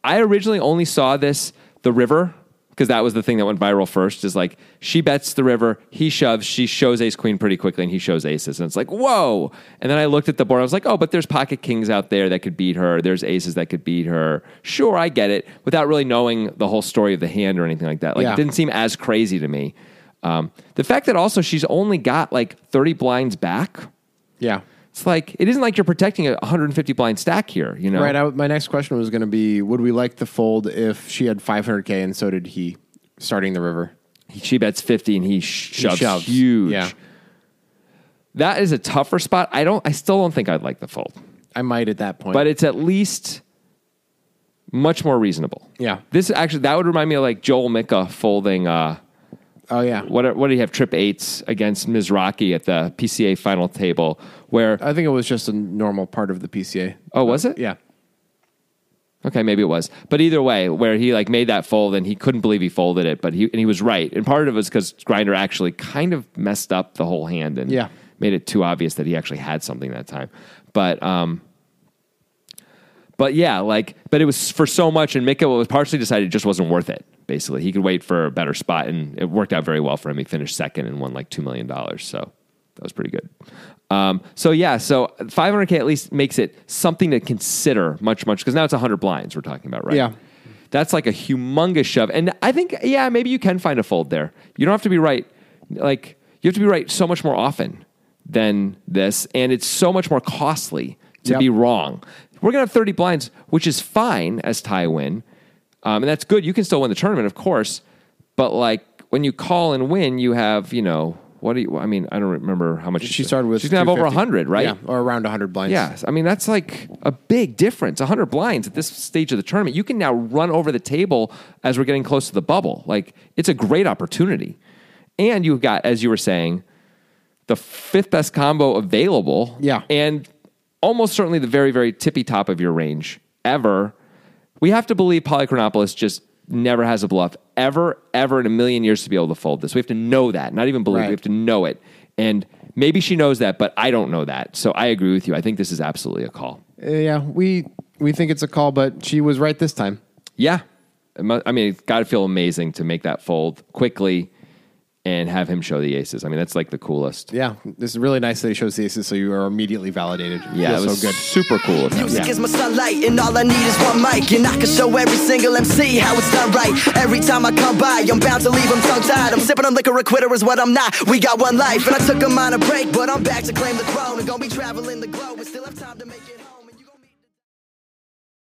I originally only saw this the river because that was the thing that went viral first. Is like she bets the river, he shoves, she shows ace queen pretty quickly, and he shows aces, and it's like whoa. And then I looked at the board, I was like, oh, but there's pocket kings out there that could beat her. There's aces that could beat her. Sure, I get it, without really knowing the whole story of the hand or anything like that. Like
Yeah.
it didn't seem as crazy to me. Um, the fact that also she's only got like 30 blinds back.
Yeah.
It's like it isn't like you're protecting a 150 blind stack here, you know.
Right. I, my next question was going to be Would we like the fold if she had 500K and so did he starting the river?
she bets 50 and he sh-
He
shoves, huge.
Yeah.
That is a tougher spot. I don't I still don't think I'd like the fold.
I might at that point.
But it's at least much more reasonable.
Yeah.
This actually that would remind me of like Joel Mika folding uh
oh, yeah.
what what did he have trip eights against Mizraki at the PCA final table where
I think it was just a normal part of the PCA.
oh was it?
Yeah.
Okay, maybe it was. But either way, where he like made that fold and he couldn't believe he folded it, but he and he was right. And part of it was because Grinder actually kind of messed up the whole hand and
Yeah.
made it too obvious that he actually had something that time. But um but yeah, like but it was for so much and Mika was partially decided it just wasn't worth it, basically. He could wait for a better spot and it worked out very well for him. He finished second and won like two million dollars. So that was pretty good. Um, so yeah, so 500k at least makes it something to consider much, much because now it's 100 blinds we're talking about, right?
Yeah.
That's like a humongous shove. And I think, yeah, maybe you can find a fold there. You don't have to be right. Like, you have to be right so much more often than this. And it's so much more costly to
Yep.
be wrong. We're going to have 30 blinds, which is fine as tie win. Um, and that's good. You can still win the tournament, of course. But, like, when you call and win, you have, you know, what do you, I mean, I don't remember how much
She started with.
She's going to have over
250.
100, right?
Yeah. Or around 100 blinds.
Yeah, I mean that's like a big difference. 100 blinds at this stage of the tournament. You can now run over the table as we're getting close to the bubble. Like it's a great opportunity. And you've got as you were saying the fifth best combo available.
Yeah.
And almost certainly the very very tippy top of your range ever. We have to believe Polychronopolis just never has a bluff ever ever in a million years to be able to fold this. We have to know that. Not even believe.
Right.
We have to to know it. And maybe she knows that, but I don't know that. So I agree with you. I think this is absolutely a call.
Uh, yeah. We, we think it's a call, but she was right this time.
Yeah. It mu- I mean, it's got to feel amazing to make that fold quickly and have him show the aces. I mean, that's like the coolest.
Yeah. This is really nice that he shows the aces, so you are immediately validated.
Yeah,
Feels
it was
so good.
super cool. of him.
Music is my sunlight, and all I need is one mic. And I can show every single MC how it's done right. Every time I come by, I'm bound to leave them tongue tied. I'm sipping on liquor, a quitter is what I'm not. We got one life, and I took a minor break, but I'm back to claim the throne. And gonna be traveling the globe, and still have time to make it.